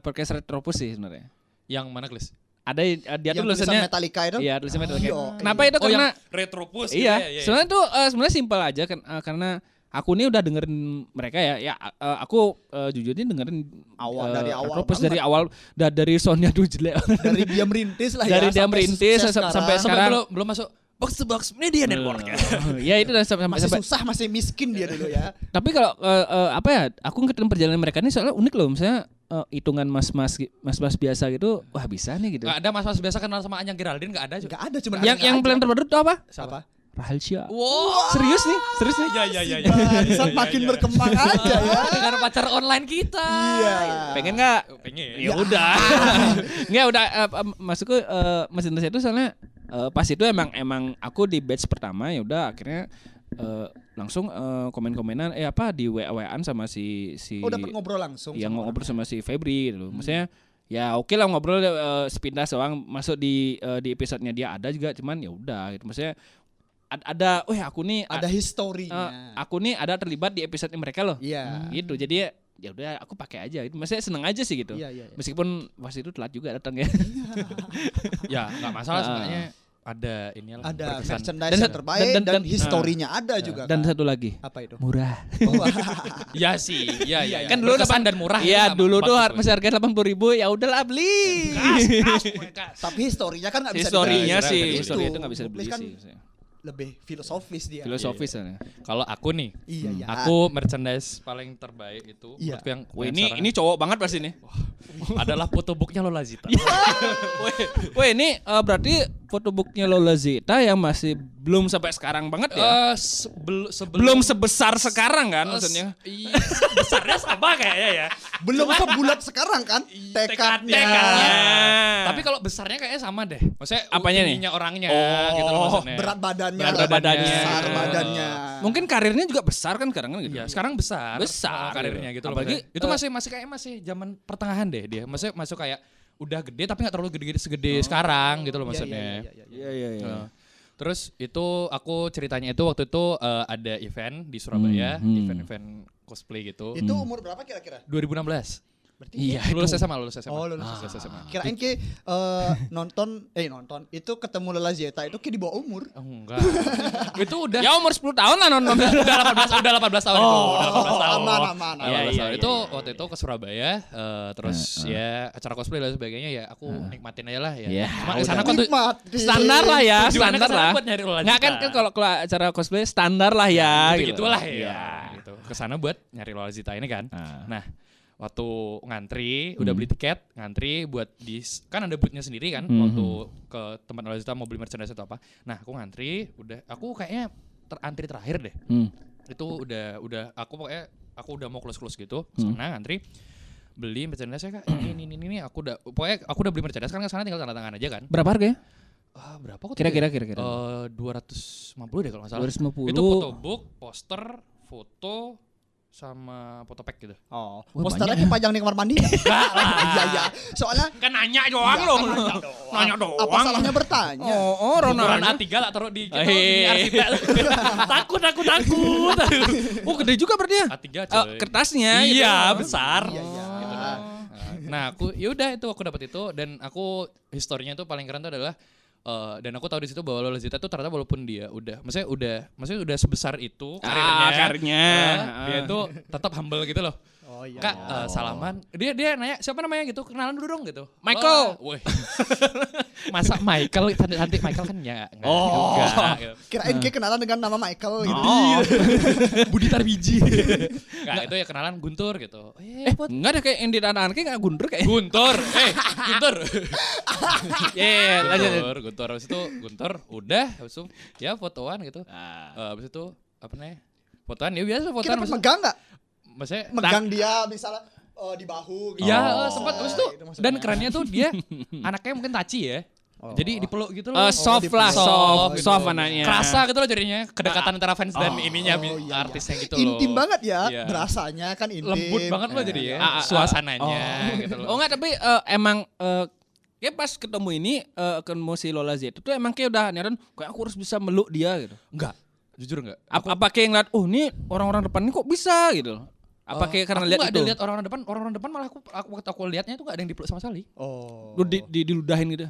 Speaker 4: podcast Retropus sih sebenarnya.
Speaker 2: Yang mana, Klis?
Speaker 4: Ada eh, dia
Speaker 3: yang
Speaker 4: tuh
Speaker 3: tulisan
Speaker 4: tulisannya
Speaker 3: Metallica itu.
Speaker 4: Iya, tulisannya
Speaker 3: Ah,
Speaker 4: Metallica.
Speaker 3: iya.
Speaker 4: Kenapa itu
Speaker 2: oh,
Speaker 4: karena
Speaker 2: yang retropus gitu
Speaker 4: iya,
Speaker 2: ya, iya, iya.
Speaker 4: sebenarnya tuh eh, sebenarnya simpel aja kan eh, karena aku ini udah dengerin mereka ya. Ya eh, aku eh, jujurnya dengerin
Speaker 3: Awal,
Speaker 4: eh,
Speaker 3: dari awal
Speaker 4: Retropus
Speaker 3: banget.
Speaker 4: dari awal da- dari soundnya tuh jelek.
Speaker 3: dari dia merintis lah
Speaker 4: Dari
Speaker 3: ya.
Speaker 4: dia
Speaker 3: sampai
Speaker 4: merintis
Speaker 3: sukses
Speaker 4: sampai-
Speaker 2: sampai
Speaker 4: sampai sekarang-
Speaker 2: belum belum masuk box to box media network.
Speaker 4: ya itu udah sampai
Speaker 3: masih
Speaker 4: sampai
Speaker 3: susah masih miskin dia dulu ya.
Speaker 4: Tapi kalau eh, eh, apa ya, aku ngikutin perjalanan mereka ini soalnya unik loh, misalnya eh, hitungan mas-mas mas-mas biasa gitu, wah bisa nih gitu.
Speaker 2: Enggak ada mas-mas biasa kenal sama Anyang Geraldine enggak ada juga.
Speaker 3: Enggak ada cuman
Speaker 4: yang yang Iya,
Speaker 3: plan
Speaker 4: plan terbaru tuh apa?
Speaker 3: apa?
Speaker 4: Rahel Syah.
Speaker 2: Wow.
Speaker 4: Serius nih, serius nih.
Speaker 2: Ya ya ya ya.
Speaker 4: iya.
Speaker 3: Bangsat makin berkembang aja ya.
Speaker 2: Dengan pacar online kita. Iya.
Speaker 3: Iya.
Speaker 4: Pengen nggak?
Speaker 2: Pengen.
Speaker 4: Ya udah. Nggak udah eh, eh, maksudku eh, mas Indonesia itu soalnya eh, pas itu emang emang aku di batch pertama ya udah akhirnya eh, langsung eh, komen-komenan eh apa di WA-WAan sama si si
Speaker 3: Oh dapat ngobrol langsung.
Speaker 4: yang Iya. ngobrol sama si Febri gitu. Maksudnya ya oke lah ngobrol eh, sepintas doang masuk di eh, di episode-nya dia ada juga cuman ya udah gitu. Maksudnya ad- ada weh aku nih
Speaker 3: ada
Speaker 4: ad- eh,
Speaker 3: historinya.
Speaker 4: aku nih ada terlibat di episode mereka loh.
Speaker 3: Iya.
Speaker 4: Gitu. Jadi ya udah aku pakai aja gitu. Maksudnya seneng aja sih gitu.
Speaker 3: Iya iya. iya.
Speaker 4: Meskipun pas itu telat juga datang ya.
Speaker 2: Ya enggak masalah
Speaker 4: Ah.
Speaker 2: sebenarnya ada inilah
Speaker 3: Ada
Speaker 2: berkesan.
Speaker 3: merchandise
Speaker 4: Dan-
Speaker 3: yang terbaik
Speaker 4: dan-
Speaker 3: dan,
Speaker 4: dan- Ah.
Speaker 3: historinya ada juga.
Speaker 4: Dan
Speaker 3: kan.
Speaker 4: satu lagi
Speaker 3: apa itu?
Speaker 4: murah.
Speaker 3: Oh,
Speaker 2: Ya sih, ya ya.
Speaker 3: Iya,
Speaker 4: Kan dulu
Speaker 2: Berkesan dan murah.
Speaker 4: Iya
Speaker 2: itu sama.
Speaker 4: dulu tuh
Speaker 2: Bagus,
Speaker 4: har- masih harga delapan puluh ribu ya udahlah beli.
Speaker 3: tapi historinya kan nggak bisa
Speaker 2: dibeli.
Speaker 4: Historinya ya sih,
Speaker 3: Iya.
Speaker 2: Itu.
Speaker 4: historinya itu nggak bisa
Speaker 3: Publis
Speaker 4: dibeli
Speaker 3: kan
Speaker 4: sih.
Speaker 3: Lebih filosofis dia.
Speaker 4: Filosofis soalnya.
Speaker 2: Kalau aku nih,
Speaker 3: Iya iya.
Speaker 2: Hmm, aku merchandise paling terbaik itu
Speaker 3: Iya.
Speaker 2: menurutku yang
Speaker 4: Wah,
Speaker 2: yang
Speaker 4: ini
Speaker 2: sekarang
Speaker 4: ini cowok banget pasti nih.
Speaker 2: adalah photobooknya Lola Zita.
Speaker 4: Iya. Weh, weh, ini eh, berarti photobooknya Lola Zita yang masih belum sampai sekarang banget ya?
Speaker 2: Eh, sebel- sebelum
Speaker 4: belum sebesar sekarang kan
Speaker 2: Eh,
Speaker 4: maksudnya?
Speaker 2: iya, besarnya sama kayaknya ya.
Speaker 3: Belum sebulat sekarang kan tekadnya.
Speaker 4: Iya.
Speaker 2: Tekadnya.
Speaker 4: Ah.
Speaker 2: Tapi kalau besarnya kayaknya sama deh. Maksudnya
Speaker 4: Apanya nih?
Speaker 2: ininya orangnya
Speaker 4: Oh,
Speaker 2: gitu loh maksudnya.
Speaker 3: Berat badannya.
Speaker 4: Berat
Speaker 3: lah,
Speaker 4: badannya.
Speaker 3: Besar badannya.
Speaker 4: Mungkin karirnya juga besar kan sekarang kan gitu.
Speaker 2: Iya, sekarang besar.
Speaker 4: Besar,
Speaker 2: uh, karirnya
Speaker 4: iya.
Speaker 2: gitu loh.
Speaker 4: Apalagi,
Speaker 2: maksudnya. itu
Speaker 4: eh,
Speaker 2: masih masih kayak masih zaman pertengahan deh dia. Maksudnya masuk kayak udah gede tapi nggak terlalu gede-gede segede sekarang gitu loh
Speaker 3: Oh. Iya,
Speaker 2: maksudnya.
Speaker 3: iya, iya, iya, iya.
Speaker 4: Iya iya iya.
Speaker 2: Nah, Terus itu aku ceritanya itu waktu itu eh, ada event di Surabaya,
Speaker 4: Hmm, hmm.
Speaker 2: event-event cosplay gitu.
Speaker 3: Itu umur berapa kira-kira?
Speaker 2: 2016.
Speaker 3: Berarti
Speaker 4: Iya,
Speaker 3: kayak-
Speaker 2: lulus SMA, lulus SMA.
Speaker 3: Oh, lulus
Speaker 2: lulus SMA.
Speaker 3: Kirain ki eh, nonton eh nonton itu ketemu Lala Zeta itu ki di bawah umur.
Speaker 2: Oh, enggak. itu udah
Speaker 4: Ya umur 10 tahun lah nonton.
Speaker 2: udah 18 udah 18 tahun itu,
Speaker 3: Oh.
Speaker 2: udah 18 tahun.
Speaker 3: aman aman.
Speaker 2: Nah,
Speaker 4: Iya,
Speaker 2: kalau
Speaker 3: aman.
Speaker 2: nggak
Speaker 4: iya,
Speaker 2: salah.
Speaker 4: iya,
Speaker 2: itu
Speaker 4: iya,
Speaker 2: waktu itu ke Surabaya eh, terus ya acara cosplay dan sebagainya ya aku nikmatin aja lah ya.
Speaker 4: Ya,
Speaker 2: Cuma
Speaker 4: udah.
Speaker 2: kesana kok tuh
Speaker 3: Nikmati.
Speaker 4: Standar lah ya,
Speaker 2: tujuannya
Speaker 4: standar
Speaker 2: kesana
Speaker 4: lah.
Speaker 2: buat nyari lola
Speaker 4: Nggak kan
Speaker 2: Zita.
Speaker 4: kan kalau kalau acara cosplay standar lah ya.
Speaker 2: gitu gitulah ya.
Speaker 4: Iya.
Speaker 2: Gitu. Kesana buat nyari Lola Zita ini kan.
Speaker 4: Nah.
Speaker 2: Nah, waktu ngantri,
Speaker 4: Hmm.
Speaker 2: udah beli tiket, ngantri buat di kan ada boothnya sendiri kan
Speaker 4: Mhm.
Speaker 2: waktu ke tempat Lola Zita mau beli merchandise atau apa. Nah, aku ngantri, udah aku kayaknya ter antri terakhir deh.
Speaker 4: Hmm.
Speaker 2: Itu udah udah aku pokoknya aku udah mau close-close gitu. Sana ngantri beli merchandise kak ini ini ini, ini aku udah pokoknya aku udah beli merchandise kan kesana tinggal tanda tangan aja kan
Speaker 4: Berapa harganya?
Speaker 2: ah, berapa kok
Speaker 4: Kira-kira kira-kira.
Speaker 2: "Eh, dua ratus lima puluh deh kalau nggak salah
Speaker 4: 250.
Speaker 2: itu foto book, poster, foto sama foto pack gitu.
Speaker 3: Oh,
Speaker 4: Wah,
Speaker 3: posternya
Speaker 4: banyak
Speaker 3: ki panjang di kamar mandi. Enggak lah. Iya iya. Soalnya
Speaker 2: Kan nanya
Speaker 3: Iya,
Speaker 2: doang
Speaker 3: kan
Speaker 2: lo.
Speaker 3: nanya
Speaker 2: Nanya doang.
Speaker 3: Apa salahnya bertanya?
Speaker 4: Oh, oh
Speaker 2: Ukuran
Speaker 4: Ronaldo.
Speaker 2: A3 lah taruh di gitu,
Speaker 4: Eh.
Speaker 2: di arsita. takut takut takut.
Speaker 4: Oh, gede juga berarti ya.
Speaker 2: A3 coy.
Speaker 4: Eh, kertasnya gitu.
Speaker 2: Iya, besar.
Speaker 3: Iya iya.
Speaker 2: Gitu dah. Nah, aku yaudah itu aku dapat itu dan aku historinya itu paling keren itu adalah eh, dan aku tahu di situ bahwa Lola Zita tuh ternyata walaupun dia udah, maksudnya udah, maksudnya udah sebesar itu karirnya,
Speaker 4: Ah, karirnya.
Speaker 2: eh, dia
Speaker 4: Ah.
Speaker 2: itu tetap humble gitu loh.
Speaker 3: Oh iya.
Speaker 2: Kak, eh, salaman. Dia dia nanya siapa namanya gitu, kenalan dulu dong gitu. Wah,
Speaker 4: Michael.
Speaker 2: Woi. Masa Michael cantik-cantik Michael kan ya enggak.
Speaker 4: Oh.
Speaker 2: Enggak, gitu.
Speaker 3: Kirain ki kenalan dengan nama Michael gitu.
Speaker 4: Oh.
Speaker 2: Budi Tarbiji. Enggak, itu ya kenalan Guntur gitu. Eh,
Speaker 4: Eh, enggak ada kayak yang di anak-anak kayak enggak guntur kayak.
Speaker 2: Guntur. Eh, Guntur. Eh,
Speaker 4: Iya, iya, lanjut.
Speaker 2: Guntur, Guntur. Habis itu Guntur udah habis itu ya fotoan gitu.
Speaker 4: Ah.
Speaker 2: Eh, habis itu apa nih? Fotoan ya biasa
Speaker 3: Kita
Speaker 2: fotoan. habis itu-
Speaker 3: pemegang enggak?
Speaker 2: Maksudnya
Speaker 3: Megang dia misalnya eh, di bahu gitu.
Speaker 2: Nah. Iya,
Speaker 4: Oh.
Speaker 2: eh, sempat habis itu
Speaker 3: Itu maksudnya.
Speaker 2: dan kerennya tuh dia anaknya mungkin taci ya. Jadi dipeluk gitu loh.
Speaker 4: Oh. Eh, soft lah,
Speaker 3: Soft
Speaker 4: soft,
Speaker 3: gitu.
Speaker 4: soft anaknya.
Speaker 2: Kerasa gitu loh jadinya kedekatan antara fans dan
Speaker 4: Oh,
Speaker 2: ininya
Speaker 3: oh, iya,
Speaker 2: artisnya gitu loh.
Speaker 3: Intim banget ya,
Speaker 2: Iya.
Speaker 3: berasanya kan intim.
Speaker 2: Lembut banget loh
Speaker 3: Eh,
Speaker 2: jadi ya
Speaker 4: Ah, ah, ah.
Speaker 2: suasananya gitu loh.
Speaker 4: Oh enggak tapi eh, emang eh, kayak pas ketemu ini eh, ketemu si Lola Z itu tuh emang kayak udah niatan kayak aku harus bisa meluk dia gitu.
Speaker 2: enggak. Jujur enggak?
Speaker 4: Apa, apa kayak ngeliat, oh ini orang-orang depan ini kok bisa gitu loh.
Speaker 2: Eh,
Speaker 4: Apa kayak karena lihat itu?
Speaker 2: lihat orang-orang depan, orang-orang depan malah aku aku waktu aku lihatnya itu enggak ada yang dipeluk sama sekali.
Speaker 3: Oh.
Speaker 4: Lu di, di- diludahin gitu.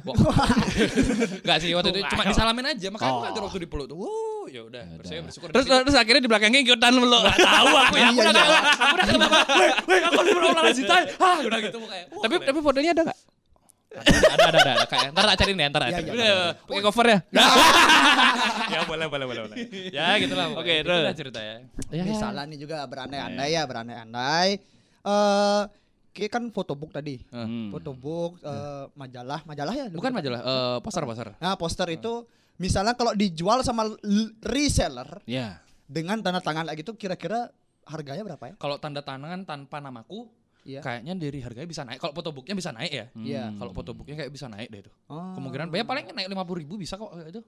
Speaker 2: Enggak sih waktu itu
Speaker 4: Wah.
Speaker 2: cuma disalamin aja, makanya aku enggak waktu dipeluk tuh. Wuh, ya udah, percaya bersyukur.
Speaker 4: Oh. Terus terus akhirnya di belakangnya ikutan meluk. Gak tahu aku
Speaker 3: Iya, iya.
Speaker 2: aku ya, udah kenapa? Woi, aku udah pernah Zita. Ah, udah gitu kayak.
Speaker 4: tapi tapi fotonya ada gak?
Speaker 2: ada ada ada, ada kayak ntar tak cariin deh, ntar tak
Speaker 3: Iya,
Speaker 2: cariin.
Speaker 3: iya.
Speaker 2: Udah,
Speaker 4: Pakai cover ya?
Speaker 2: ya boleh boleh boleh boleh ya gitu lah
Speaker 4: Oke,
Speaker 2: pokoknya.
Speaker 4: terus.
Speaker 2: Itulah cerita ya ya
Speaker 3: Ini Iya. salah nih juga berandai-andai ya, berandai-andai. Eh, ki kan fotobook tadi. Fotobook, eh, majalah, majalah ya?
Speaker 2: Hmm. bukan majalah eh, pasar pasar
Speaker 3: Nah, poster itu misalnya kalau dijual sama l- reseller
Speaker 4: Ya.
Speaker 3: dengan tanda tangan lagi itu kira-kira harganya berapa ya?
Speaker 2: kalau tanda tangan tanpa namaku
Speaker 3: Iya.
Speaker 2: kayaknya dari harganya bisa naik kalau fotobooknya bisa naik ya
Speaker 3: Iya.
Speaker 2: kalau fotobooknya kayak bisa naik deh itu
Speaker 3: Ah,
Speaker 2: kemungkinan ya paling naik lima puluh ribu bisa kok kayak itu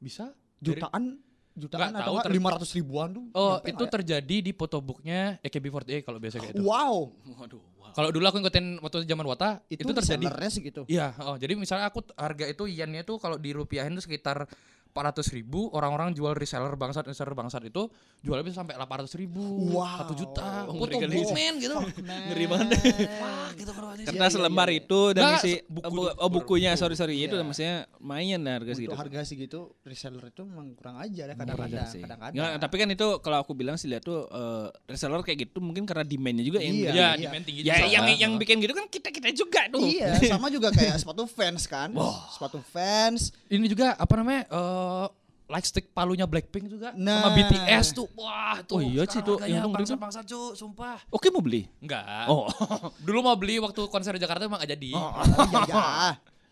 Speaker 2: bisa Dari-
Speaker 3: jutaan jutaan
Speaker 2: Nggak tahu,
Speaker 3: atau
Speaker 2: ter-
Speaker 3: lima ratus ribuan tuh
Speaker 2: Oh,
Speaker 3: nyampe
Speaker 2: itu
Speaker 3: nggak ya?
Speaker 2: terjadi di fotobooknya AKB48 kalau biasa kayak gitu. itu.
Speaker 3: wow
Speaker 4: Waduh. wow.
Speaker 2: Kalau dulu aku ngikutin waktu zaman Wata,
Speaker 3: itu,
Speaker 2: itu, terjadi.
Speaker 3: resellernya sih gitu
Speaker 2: Iya, oh, jadi misalnya aku t- harga itu yennya itu kalau dirupiahin itu sekitar 400 ribu orang-orang jual reseller bangsat reseller bangsat itu jualnya bisa sampai 800 ribu,
Speaker 3: Wow. Oh,
Speaker 2: 1 juta,
Speaker 3: Ngeri
Speaker 2: foto
Speaker 4: kali.
Speaker 2: men gitu.
Speaker 3: ngeri
Speaker 4: banget.
Speaker 2: Wah, gitu bro.
Speaker 4: Kertas
Speaker 3: Nah, iya, iya,
Speaker 4: lembar
Speaker 3: iya.
Speaker 4: itu dan
Speaker 2: Nggak,
Speaker 4: isi
Speaker 2: buku
Speaker 4: buku,
Speaker 2: tuh.
Speaker 4: oh, bukunya sorry sorry itu
Speaker 3: Iya.
Speaker 4: maksudnya lumayan lah harga segitu.
Speaker 3: untuk harga segitu reseller itu memang kurang aja ya kadang-kadang
Speaker 4: Kadang-kadang sih.
Speaker 3: kadang-kadang
Speaker 4: Nggak, tapi kan itu kalau aku bilang sih lihat tuh eh, reseller kayak gitu mungkin karena demandnya juga yang
Speaker 3: Iya.
Speaker 2: Ya, demand tinggi
Speaker 4: Ya,
Speaker 2: juga.
Speaker 4: yang yang bikin gitu kan kita kita juga tuh.
Speaker 3: iya sama juga kayak sepatu fans kan sepatu fans
Speaker 2: ini juga apa namanya? eh Lightstick palunya Blackpink juga
Speaker 3: Nah.
Speaker 2: sama BTS tuh. Wah, tuh.
Speaker 4: Oh iya, Ci, tuh.
Speaker 2: Yang
Speaker 4: Yang dong, dong,
Speaker 2: bangsa
Speaker 4: dong.
Speaker 2: bangsa cu, sumpah.
Speaker 4: Oke mau beli.
Speaker 2: Enggak.
Speaker 4: Oh.
Speaker 2: Dulu mau beli waktu konser di Jakarta emang gak jadi.
Speaker 3: Oh, iya, iya.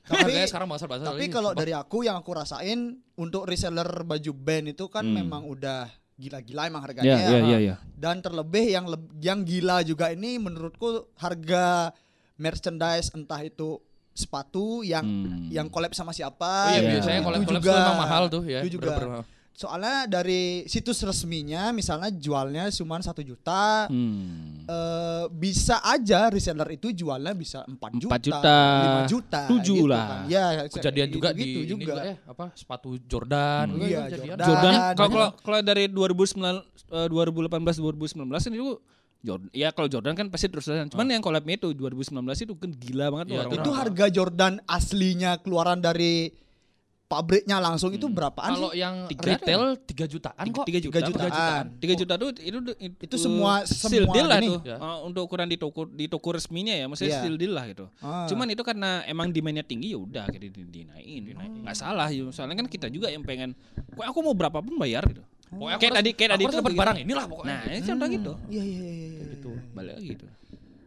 Speaker 2: Kalau harganya
Speaker 3: tapi
Speaker 2: sekarang bangsa bangsa.
Speaker 3: tapi kalau dari aku yang aku rasain untuk reseller baju band itu kan memang udah gila-gila emang harganya dan terlebih yang leb- yang gila juga ini menurutku harga merchandise entah itu sepatu yang
Speaker 4: Hmm.
Speaker 3: yang collab sama siapa
Speaker 2: Oh iya,
Speaker 4: Iya.
Speaker 2: biasanya
Speaker 3: itu
Speaker 2: kalau collab
Speaker 3: juga.
Speaker 2: tuh emang mahal tuh ya.
Speaker 3: Itu juga.
Speaker 2: bener-bener mahal.
Speaker 3: soalnya dari situs resminya misalnya jualnya cuma satu juta
Speaker 4: Hmm.
Speaker 3: eh, bisa aja reseller itu jualnya bisa 4 juta,
Speaker 4: Empat juta,
Speaker 3: 5 juta gitu
Speaker 4: tujuh
Speaker 3: kan.
Speaker 4: lah.
Speaker 3: Ya,
Speaker 2: kejadian juga
Speaker 3: gitu,
Speaker 2: di
Speaker 3: gitu
Speaker 2: ini
Speaker 3: juga.
Speaker 2: juga ya apa sepatu Jordan
Speaker 3: Hmm.
Speaker 2: juga
Speaker 3: Iya,
Speaker 2: itu kejadian.
Speaker 3: Jordan.
Speaker 4: Jordan kalau kalau kalau dari 2009 eh, 2018 2019 ini tuh Jordan. Ya kalau Jordan kan pasti terus-terusan. Cuman yang collabnya itu 2019 itu kan gila banget
Speaker 2: Iya,
Speaker 4: loh orang-orang.
Speaker 3: Itu harga Jordan aslinya keluaran dari pabriknya langsung itu
Speaker 4: Hmm.
Speaker 3: berapaan
Speaker 2: Kalau
Speaker 3: sih?
Speaker 2: yang
Speaker 4: Tiga
Speaker 2: retail 3 jutaan kok.
Speaker 4: 3 juta.
Speaker 3: Tiga jutaan.
Speaker 4: Tiga juta tuh itu itu,
Speaker 3: Itu semua-
Speaker 4: seal
Speaker 3: semua
Speaker 4: deal lah
Speaker 3: ini.
Speaker 4: tuh.
Speaker 2: Ya.
Speaker 4: Uh, untuk ukuran di toko di toko resminya ya, maksudnya
Speaker 3: Iya.
Speaker 4: seal deal lah gitu.
Speaker 3: Ah.
Speaker 4: Cuman itu karena emang demandnya tinggi ya udah kayak di- dinaikin. Nggak salah ya. Soalnya kan kita juga yang pengen kok aku mau berapa pun bayar gitu.
Speaker 2: Pokoknya Ah. aku
Speaker 4: Kayak
Speaker 2: harus-
Speaker 4: tadi kayak
Speaker 2: aku ya.
Speaker 4: tadi
Speaker 2: harus
Speaker 4: tuh
Speaker 2: dapat
Speaker 4: begitu.
Speaker 2: barang inilah pokoknya.
Speaker 4: Nah, ini contoh gitu.
Speaker 3: Iya iya iya iya. iya.
Speaker 2: Gitu.
Speaker 4: Balik lagi gitu.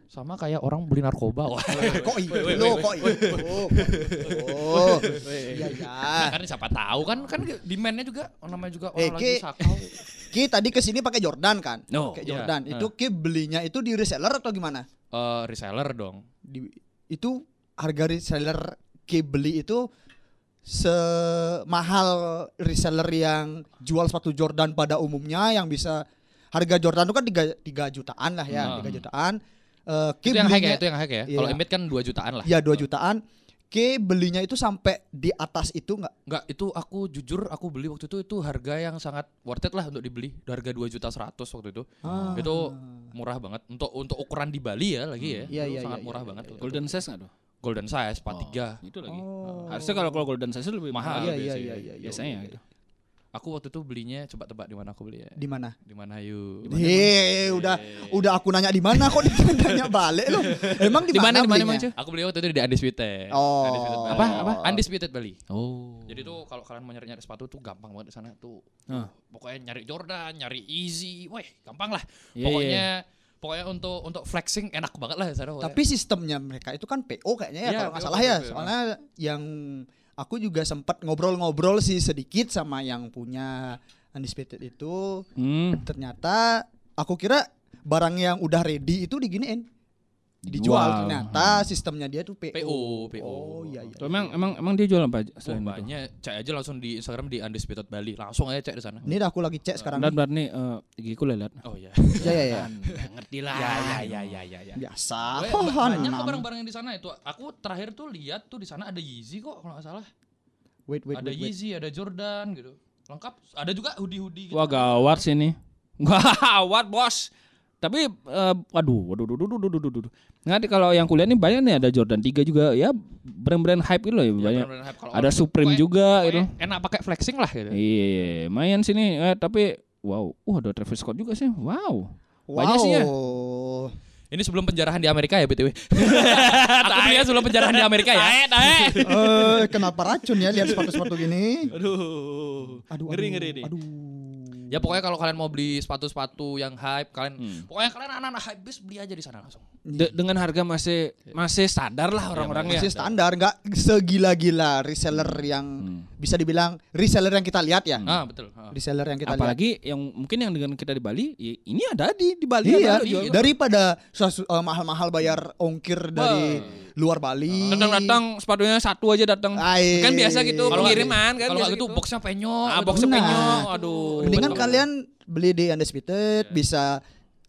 Speaker 2: Sama kayak orang beli narkoba. Wah.
Speaker 3: Kok iya? Lo kok iya? Oh, Oh. Iya iya.
Speaker 2: Nah, kan siapa tahu kan kan demandnya juga oh, namanya juga orang
Speaker 3: Eh,
Speaker 2: lagi
Speaker 3: Ki.
Speaker 2: sakau.
Speaker 3: Ki tadi ke sini pakai Jordan kan?
Speaker 4: No,
Speaker 3: Pakai
Speaker 2: iya.
Speaker 3: Jordan. Itu Ki belinya itu di reseller atau gimana?
Speaker 2: Eh, reseller dong.
Speaker 3: Di- itu harga reseller Ki beli itu semahal reseller yang jual sepatu Jordan pada umumnya yang bisa harga Jordan itu kan 3 jutaan lah ya,
Speaker 2: Hmm.
Speaker 3: 3 jutaan. Eh, Ki
Speaker 2: Itu yang hack ya,
Speaker 3: belinya-
Speaker 2: itu yang hack ya.
Speaker 3: Iya.
Speaker 2: Kalau emit kan 2 jutaan lah.
Speaker 3: Ya 2 jutaan. Ki belinya itu sampai di atas itu nggak?
Speaker 2: Enggak, itu aku jujur aku beli waktu itu itu harga yang sangat worth it lah untuk dibeli. Harga 2 juta 100 waktu itu.
Speaker 3: Ah.
Speaker 2: Itu murah banget untuk untuk ukuran di Bali ya lagi ya.
Speaker 3: Iya,
Speaker 2: itu
Speaker 3: iya,
Speaker 2: sangat
Speaker 3: iya,
Speaker 2: murah
Speaker 3: iya,
Speaker 2: banget. waktu
Speaker 4: Golden
Speaker 2: itu.
Speaker 4: size nggak tuh?
Speaker 2: Golden size 43.
Speaker 4: Oh, itu lagi.
Speaker 3: Oh.
Speaker 4: Harusnya kalau kalau golden size itu lebih
Speaker 2: Mahal
Speaker 4: mahal.
Speaker 3: Iya, iya,
Speaker 2: biasanya.
Speaker 3: iya, iya, iya.
Speaker 4: biasanya
Speaker 3: Iya,
Speaker 4: gitu.
Speaker 2: Aku waktu itu belinya coba tebak di mana aku beli ya.
Speaker 3: Di mana?
Speaker 2: Di mana yuk?
Speaker 3: Hei, udah udah aku nanya di mana kok ditanya balik lo. Emang di mana?
Speaker 4: Di mana, di mana,
Speaker 3: belinya?
Speaker 4: Mang
Speaker 2: Iya. Aku beli waktu itu di Undisputed.
Speaker 3: Oh.
Speaker 2: Undisputed Bali.
Speaker 3: Apa? Apa?
Speaker 2: Undisputed Bali.
Speaker 4: Oh.
Speaker 2: Jadi tuh kalau kalian mau nyari-nyari sepatu tuh gampang banget di sana tuh.
Speaker 4: Hah.
Speaker 2: Pokoknya nyari Jordan, nyari Easy, weh gampang lah.
Speaker 4: Iya,
Speaker 2: pokoknya pokoknya untuk untuk flexing enak banget lah di sana. pokoknya.
Speaker 3: Tapi sistemnya mereka itu kan PO kayaknya ya
Speaker 2: Iya,
Speaker 3: kalau nggak
Speaker 2: PO,
Speaker 3: salah ya.
Speaker 2: PO.
Speaker 3: Soalnya yang aku juga sempat ngobrol-ngobrol sih sedikit sama yang punya Undisputed itu
Speaker 4: Hmm.
Speaker 3: ternyata aku kira barang yang udah ready itu diginiin dijual ternyata sistemnya dia tuh PO.
Speaker 2: PO, PO.
Speaker 3: Oh iya iya.
Speaker 4: Tuh, emang emang emang dia jual apa aja
Speaker 2: Oh,
Speaker 4: selain itu?
Speaker 2: banyak cek aja langsung di Instagram di Undisputed Bali. Langsung aja cek di sana.
Speaker 3: Ini dah aku lagi cek sekarang.
Speaker 4: Dan berarti eh gigiku lelet.
Speaker 2: Oh iya.
Speaker 3: Ya ya ya.
Speaker 4: Ngerti lah. Ya ya ya ya ya.
Speaker 3: Biasa.
Speaker 2: Weh, ba- banyak
Speaker 3: Enam.
Speaker 2: kok barang-barang yang di sana itu. Aku terakhir tuh lihat tuh di sana ada Yeezy kok kalau nggak salah.
Speaker 3: Wait wait
Speaker 2: ada
Speaker 3: wait. wait.
Speaker 2: Yeezy, ada Jordan gitu. Lengkap. Ada juga hoodie-hoodie gitu.
Speaker 4: Wah gawat sih ini. Gawat bos. Tapi eh, waduh, waduh, waduh, waduh, waduh, waduh, waduh. Nanti kalau yang kuliah nih banyak nih ada Jordan 3 juga ya brand-brand hype gitu loh
Speaker 3: Iya,
Speaker 4: ya,
Speaker 2: Ya,
Speaker 4: banyak.
Speaker 2: bener-bener hype. Kalau
Speaker 4: Ada
Speaker 2: orang-
Speaker 4: Supreme
Speaker 3: ya,
Speaker 2: pokoknya-
Speaker 4: juga gitu.
Speaker 2: pokoknya Enak pakai flexing lah gitu.
Speaker 4: Iya, main sini eh, tapi wow, wah ada Travis Scott juga sih. Wow. Banyak sih ya.
Speaker 3: Wow.
Speaker 2: Ini sebelum penjarahan di Amerika ya BTW. Aku belinya sebelum penjarahan di Amerika ya.
Speaker 3: Eh, kenapa racun ya lihat sepatu-sepatu gini?
Speaker 4: Aduh.
Speaker 3: Aduh,
Speaker 4: Ngeri,
Speaker 3: aduh,
Speaker 4: ngeri nih.
Speaker 3: Aduh.
Speaker 2: Ya pokoknya kalau kalian mau beli sepatu-sepatu yang hype, kalian
Speaker 4: Hmm.
Speaker 2: pokoknya kalian anak-anak hype bis beli aja di sana langsung. Iya,
Speaker 4: De- dengan harga masih masih standar lah orang-orang ya.
Speaker 3: Masih standar, nggak segila-gila reseller yang bisa dibilang reseller yang kita lihat ya.
Speaker 2: Ah, betul. Ah.
Speaker 3: Reseller yang kita lihat.
Speaker 4: Apalagi yang mungkin yang dengan kita di Bali, ya ini ada di di Bali
Speaker 3: Iya,
Speaker 4: ada Gitu. loh jual.
Speaker 3: daripada susu- eh, mahal-mahal bayar ongkir dari luar Bali.
Speaker 4: Datang-datang sepatunya satu aja datang.
Speaker 3: Ai.
Speaker 4: Kan biasa gitu
Speaker 2: Kalau nggak-
Speaker 4: pengiriman kan.
Speaker 2: Kalau
Speaker 4: biasa
Speaker 2: nggak gitu boxnya penyok.
Speaker 4: ah,
Speaker 2: gitu.
Speaker 4: box
Speaker 3: Benar.
Speaker 4: penyok. Aduh.
Speaker 3: Mendingan
Speaker 4: Betul.
Speaker 3: kalian beli di Undisputed bisa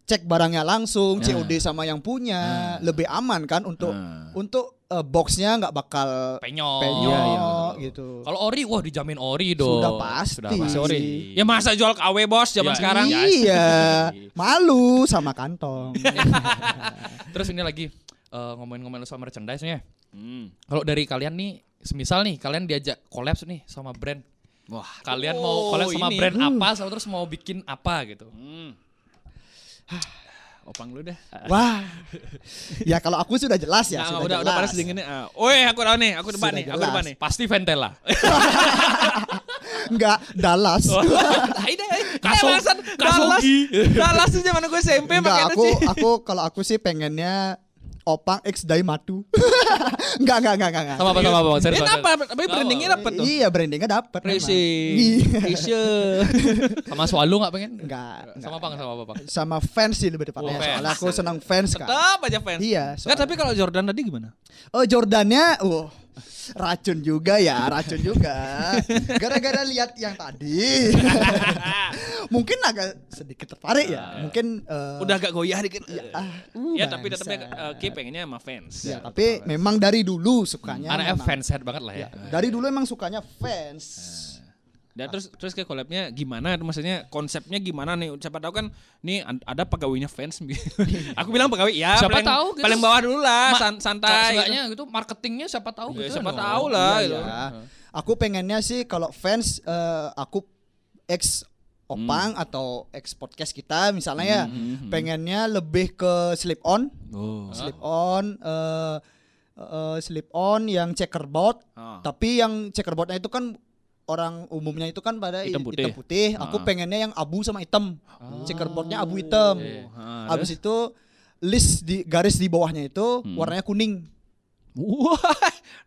Speaker 3: cek barangnya langsung, COD sama yang punya, lebih aman kan untuk
Speaker 4: Nah.
Speaker 3: untuk eh, boxnya nggak bakal
Speaker 2: penyok.
Speaker 3: penyok
Speaker 2: Iya, iya, betul.
Speaker 3: gitu.
Speaker 2: Kalau ori, wah dijamin ori dong.
Speaker 3: Sudah pasti.
Speaker 2: ori.
Speaker 4: Ya masa jual KW bos zaman
Speaker 2: Iya.
Speaker 4: sekarang.
Speaker 2: Iya.
Speaker 3: Iya, malu sama kantong.
Speaker 2: Terus ini lagi eh, ngomongin-ngomongin soal merchandise-nya.
Speaker 4: Hmm.
Speaker 2: Kalau dari kalian nih, semisal nih kalian diajak collabs nih sama brand.
Speaker 4: Wah. Oh,
Speaker 2: Kalian mau collab sama
Speaker 4: ini.
Speaker 2: brand apa, sama terus mau bikin apa gitu.
Speaker 4: Hmm. Opang lu dah.
Speaker 3: Wah. Ya kalau aku sudah jelas ya,
Speaker 4: Nah,
Speaker 3: sudah
Speaker 4: udah
Speaker 3: jelas.
Speaker 4: udah panas dingin nih. Ah. Woi, aku tahu nih, aku depan
Speaker 3: Sudah
Speaker 4: nih, aku depan
Speaker 3: jelas.
Speaker 4: nih.
Speaker 2: Pasti Ventela.
Speaker 3: Enggak, Dallas.
Speaker 4: Oh, Aida,
Speaker 2: Kaso-
Speaker 4: Kaso, Dallas,
Speaker 2: Kasugi.
Speaker 4: Dallas tuh zaman gue SMP
Speaker 3: Enggak,
Speaker 4: pakai itu
Speaker 3: aku
Speaker 4: sih.
Speaker 3: aku kalau aku sih pengennya Opang X Daimatu. enggak, enggak, enggak, enggak. enggak.
Speaker 2: Sama apa sama apa? Bang? Serius,
Speaker 4: Dia
Speaker 2: Bang,
Speaker 4: apa? Tapi brandingnya dapet tuh.
Speaker 3: Iya, brandingnya dapat.
Speaker 4: Racing, Fisher.
Speaker 2: serius. Sama Swallow enggak pengen?
Speaker 3: Enggak,
Speaker 2: Sama
Speaker 3: enggak.
Speaker 2: Bang sama apa Bang?
Speaker 3: Sama fans sih lebih tepatnya.
Speaker 2: Oh, fans.
Speaker 3: Soalnya aku senang fans kan.
Speaker 4: Tetap aja fans.
Speaker 3: Iya,
Speaker 4: Nggak,
Speaker 3: soalnya-
Speaker 4: tapi kalau Jordan tadi gimana?
Speaker 3: Oh Jordannya, wah racun juga ya, racun juga. Gara-gara lihat yang tadi, mungkin agak sedikit tertarik ya. Mungkin eh,
Speaker 4: Udah agak goyah dikit. Ya,
Speaker 3: ah, uh,
Speaker 4: tapi
Speaker 3: bangsa.
Speaker 4: tetapnya uh, Ki pengennya sama fans.
Speaker 3: Ya, tapi memang dari dulu sukanya.
Speaker 2: Anaknya
Speaker 3: memang-
Speaker 2: ya. fanshead banget lah ya.
Speaker 3: Ya, dari dulu emang sukanya fans.
Speaker 4: Dan terus terus kayak collabnya gimana? Maksudnya konsepnya gimana nih? Siapa tahu kan nih an- ada pegawainya fans. Aku bilang pegawai ya.
Speaker 2: Siapa
Speaker 4: paling,
Speaker 2: tahu gitu.
Speaker 4: paling bawah dulu lah,
Speaker 2: Ma-
Speaker 4: san- santai.
Speaker 2: Seenggaknya gitu marketingnya siapa tahu
Speaker 4: Ya,
Speaker 2: gitu
Speaker 4: siapa
Speaker 2: dong.
Speaker 4: tahu lah
Speaker 3: Iya,
Speaker 4: gitu.
Speaker 3: iya. Aku pengennya sih kalau fans eh, aku ex opang atau ex podcast kita misalnya ya pengennya lebih ke slip on,
Speaker 4: Oh.
Speaker 3: slip on eh eh, slip on yang checkerboard
Speaker 4: Ah.
Speaker 3: tapi yang checkerboardnya itu kan orang umumnya itu kan pada
Speaker 4: Hitam
Speaker 3: hitam
Speaker 4: putih.
Speaker 3: putih, aku
Speaker 4: Ah.
Speaker 3: pengennya yang abu sama hitam checkerboardnya abu hitam
Speaker 2: Iya.
Speaker 4: Ah,
Speaker 3: habis itu list di garis di bawahnya itu
Speaker 4: Hmm.
Speaker 3: warnanya kuning
Speaker 4: Wah,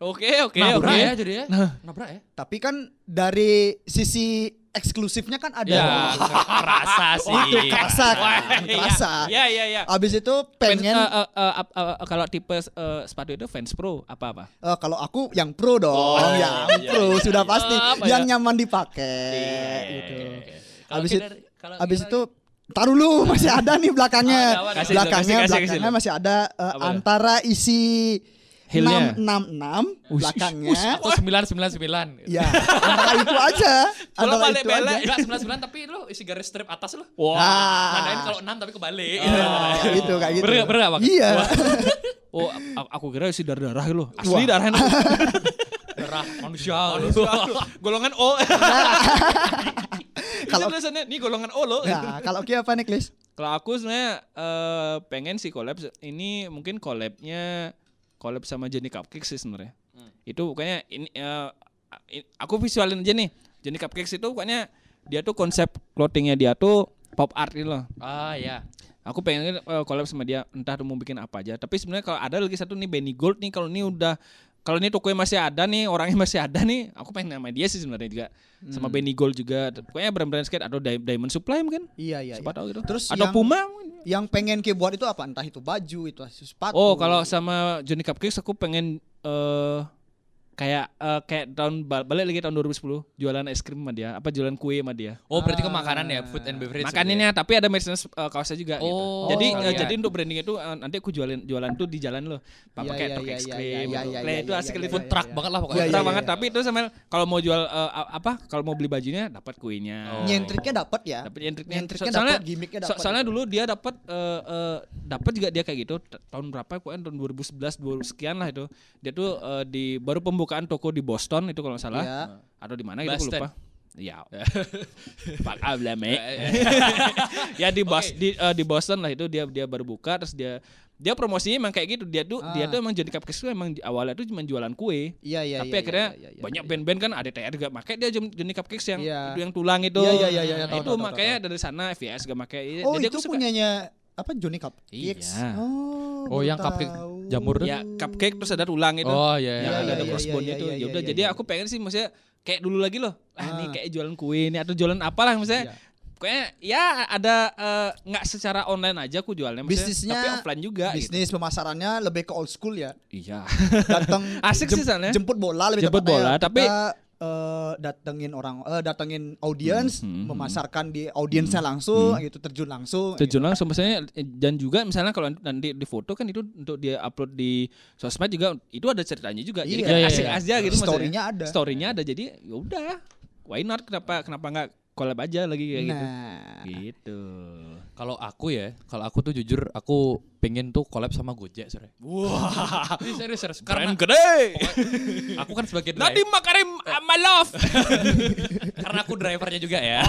Speaker 4: oke oke
Speaker 2: Nabrak
Speaker 4: oke.
Speaker 2: ya jadi ya.
Speaker 3: Nah.
Speaker 2: Nabrak ya.
Speaker 3: tapi kan dari sisi eksklusifnya kan ada
Speaker 4: Ya,
Speaker 2: Oh.
Speaker 4: kerasa sih.
Speaker 3: itu kerasa kan, kerasa
Speaker 4: Ya ya ya.
Speaker 3: Abis itu
Speaker 4: Fans,
Speaker 3: pengen
Speaker 4: eh, eh, eh, ap- eh, eh, kalau tipe eh, sepatu itu fans pro apa apa?
Speaker 3: eh, kalau aku yang pro dong,
Speaker 4: Oh,
Speaker 3: Ya,
Speaker 4: iya,
Speaker 3: yang pro sudah pasti, yang
Speaker 4: Apa ya? Iya,
Speaker 3: nyaman dipakai gitu. Abis itu,
Speaker 2: kalau
Speaker 3: abis itu taruh lu masih ada nih belakangnya,
Speaker 4: Oh, Ada, ada. Kasih,
Speaker 3: belakangnya
Speaker 4: kasih, kasih,
Speaker 3: belakangnya
Speaker 4: kasih.
Speaker 3: masih ada eh,
Speaker 4: Apa?
Speaker 3: antara isi enam
Speaker 4: Heelnya.
Speaker 3: enam enam
Speaker 4: Ush, ush,
Speaker 3: belakangnya,
Speaker 2: atau 999.
Speaker 3: ya antara itu aja,
Speaker 4: Kalau
Speaker 3: antara
Speaker 4: balik
Speaker 3: itu
Speaker 4: bela.
Speaker 3: aja.
Speaker 2: Enggak 99 tapi lu isi garis strip atas lu.
Speaker 4: Wah.
Speaker 3: Ah.
Speaker 2: Tandain kalau 6 tapi kebalik.
Speaker 3: Ah, gitu kayak gitu.
Speaker 2: Bener nggak- bener nggak, Pak?
Speaker 3: Iya.
Speaker 4: Oh, a- aku kira sih darah darah lo. Asli darahnya.
Speaker 2: Darah manusia.
Speaker 4: golongan O. Kalau
Speaker 3: Kalau-
Speaker 4: tulisannya nih golongan O lo.
Speaker 2: Ya.
Speaker 3: Nah, kalau Ki apa nih, Klis?
Speaker 4: Kalau aku sebenarnya eh, pengen sih collab ini mungkin collabnya collab sama Jenny Cupcakes sih sebenarnya.
Speaker 3: Hmm.
Speaker 4: Itu bukannya ini eh, i- aku visualin aja nih. Jenny Cupcakes itu bukannya dia tuh konsep clothingnya dia tuh pop art gitu loh.
Speaker 2: Ah ya.
Speaker 4: Aku pengen eh, collab sama dia entah tuh mau bikin apa aja. Tapi sebenarnya kalau ada lagi satu nih Benny Gold nih kalau ini udah kalau ini tokonya masih ada nih, orangnya masih ada nih, aku pengen sama dia sih sebenarnya juga. Sama
Speaker 3: Hmm.
Speaker 4: Benny Gold juga. Pokoknya brand-brand skate atau Di- Diamond Supply mungkin.
Speaker 3: Iya, iya.
Speaker 4: Siapa tahu gitu.
Speaker 3: Terus
Speaker 4: atau
Speaker 3: yang-
Speaker 4: Puma mungkin.
Speaker 3: yang pengen Ki buat itu apa? Entah itu baju, itu sepatu.
Speaker 4: Oh, kalau sama Johnny Cupcakes aku pengen eh kayak eh, kayak tahun ba- balik lagi tahun 2010 jualan es krim sama dia, apa jualan kue sama dia.
Speaker 2: Oh berarti ke makanan ya, food and beverage.
Speaker 4: Makanannya tapi ada merchandise eh, kaosnya juga
Speaker 2: Oh,
Speaker 4: gitu. Jadi
Speaker 2: oh,
Speaker 4: eh,
Speaker 2: sekalian.
Speaker 4: jadi untuk branding itu eh, nanti aku jualan jualan tuh di jalan loh. Pak
Speaker 3: Iya,
Speaker 4: pakai
Speaker 3: iya,
Speaker 4: tok
Speaker 3: iya,
Speaker 4: es
Speaker 3: iya,
Speaker 4: krim.
Speaker 3: iya,
Speaker 4: gitu.
Speaker 3: iya,
Speaker 4: Lah,
Speaker 3: iya,
Speaker 4: itu
Speaker 3: iya,
Speaker 4: asik
Speaker 3: iya,
Speaker 4: li-
Speaker 3: iya,
Speaker 4: food
Speaker 2: Food
Speaker 4: truck.
Speaker 2: truck banget lah pokoknya.
Speaker 3: Iya,
Speaker 4: Food
Speaker 3: iya,
Speaker 4: truck
Speaker 3: iya.
Speaker 4: banget tapi itu sama kalau mau jual eh, apa kalau mau beli bajunya dapat kuenya.
Speaker 2: Oh.
Speaker 3: nyentriknya dapat ya.
Speaker 4: Dapat nyentriknya.
Speaker 3: Nyentriknya
Speaker 4: So- soalnya-
Speaker 3: dapat, gimmicknya gitu.
Speaker 4: So-
Speaker 3: dapat.
Speaker 4: soalnya dulu dia dapat eh, eh, dapat juga dia kayak gitu T- tahun berapa kok tahun 2011 2000 sekian lah itu dia tuh eh, di baru pembukaan toko di Boston itu kalau nggak salah
Speaker 3: Iya.
Speaker 4: atau di mana gitu aku
Speaker 2: Boston.
Speaker 4: lupa ya Fuck up lah, mate. ya di Bos di, eh, di Boston lah itu dia dia baru buka terus dia dia promosinya emang kayak gitu dia tuh
Speaker 3: Ah.
Speaker 4: dia tuh emang jadi cupcakes tuh emang di- awalnya tuh cuma jualan kue
Speaker 3: Iya, iya,
Speaker 4: tapi
Speaker 3: iya,
Speaker 4: akhirnya
Speaker 3: iya, iya, iya,
Speaker 4: banyak band-band kan ada TR gak pakai dia jem- jenis cupcakes yang
Speaker 3: Iya.
Speaker 4: itu yang tulang itu.
Speaker 3: Iya, iya, iya, iya,
Speaker 4: Nah,
Speaker 3: tahu,
Speaker 4: itu
Speaker 3: tahu, tahu,
Speaker 4: makanya dari sana VS gak pakai.
Speaker 3: iya. Oh, itu punyanya apa Johnny Cup?
Speaker 4: Iya.
Speaker 3: Oh,
Speaker 2: Oh,
Speaker 3: baru
Speaker 2: yang cupcake
Speaker 3: tahu.
Speaker 2: jamur tuh.
Speaker 4: Ya cupcake terus ada tulang itu.
Speaker 2: Oh iya.
Speaker 4: yang
Speaker 2: iya,
Speaker 4: ada
Speaker 2: iya.
Speaker 4: ada
Speaker 3: iya,
Speaker 4: crossbone
Speaker 3: iya,
Speaker 4: itu.
Speaker 3: iya,
Speaker 4: ya udah
Speaker 3: iya,
Speaker 4: jadi
Speaker 3: iya.
Speaker 4: aku pengen sih maksudnya kayak dulu lagi loh. Ah, nih kayak jualan kue ini atau jualan apalah maksudnya.
Speaker 3: Iya.
Speaker 4: Pokoknya ya ada eh, nggak secara online aja aku jualnya maksudnya,
Speaker 3: Bisnisnya
Speaker 4: tapi offline juga gitu.
Speaker 3: Bisnis pemasarannya lebih ke old school ya.
Speaker 4: Iya.
Speaker 3: Datang
Speaker 4: Asik sih soalnya.
Speaker 3: jemput bola lebih
Speaker 4: Jemput
Speaker 3: tepatnya
Speaker 4: bola,
Speaker 3: ya. Kita,
Speaker 4: tapi-
Speaker 3: eh, datengin orang eh, datengin audiens
Speaker 4: Hmm, hmm, hmm.
Speaker 3: memasarkan di audiensnya langsung gitu terjun langsung
Speaker 4: terjun langsung misalnya eh, dan juga misalnya kalau nanti di foto kan itu untuk dia upload di sosmed juga itu ada ceritanya juga
Speaker 3: Iya.
Speaker 4: jadi kan
Speaker 2: Iya, iya,
Speaker 4: asik
Speaker 2: iya.
Speaker 4: aja gitu
Speaker 3: Story-nya ada.
Speaker 4: storynya ada jadi ya udah why not kenapa kenapa nggak collab aja lagi kayak gitu
Speaker 3: nah
Speaker 4: gitu
Speaker 2: Kalau aku ya, kalau aku tuh jujur aku pengen tuh collab sama Gojek sore.
Speaker 4: wah
Speaker 2: Ini serius serius
Speaker 4: keren
Speaker 2: karena
Speaker 4: gede
Speaker 2: aku kan sebagai driver,
Speaker 4: Nadiem Makarim my love
Speaker 2: karena aku drivernya juga ya.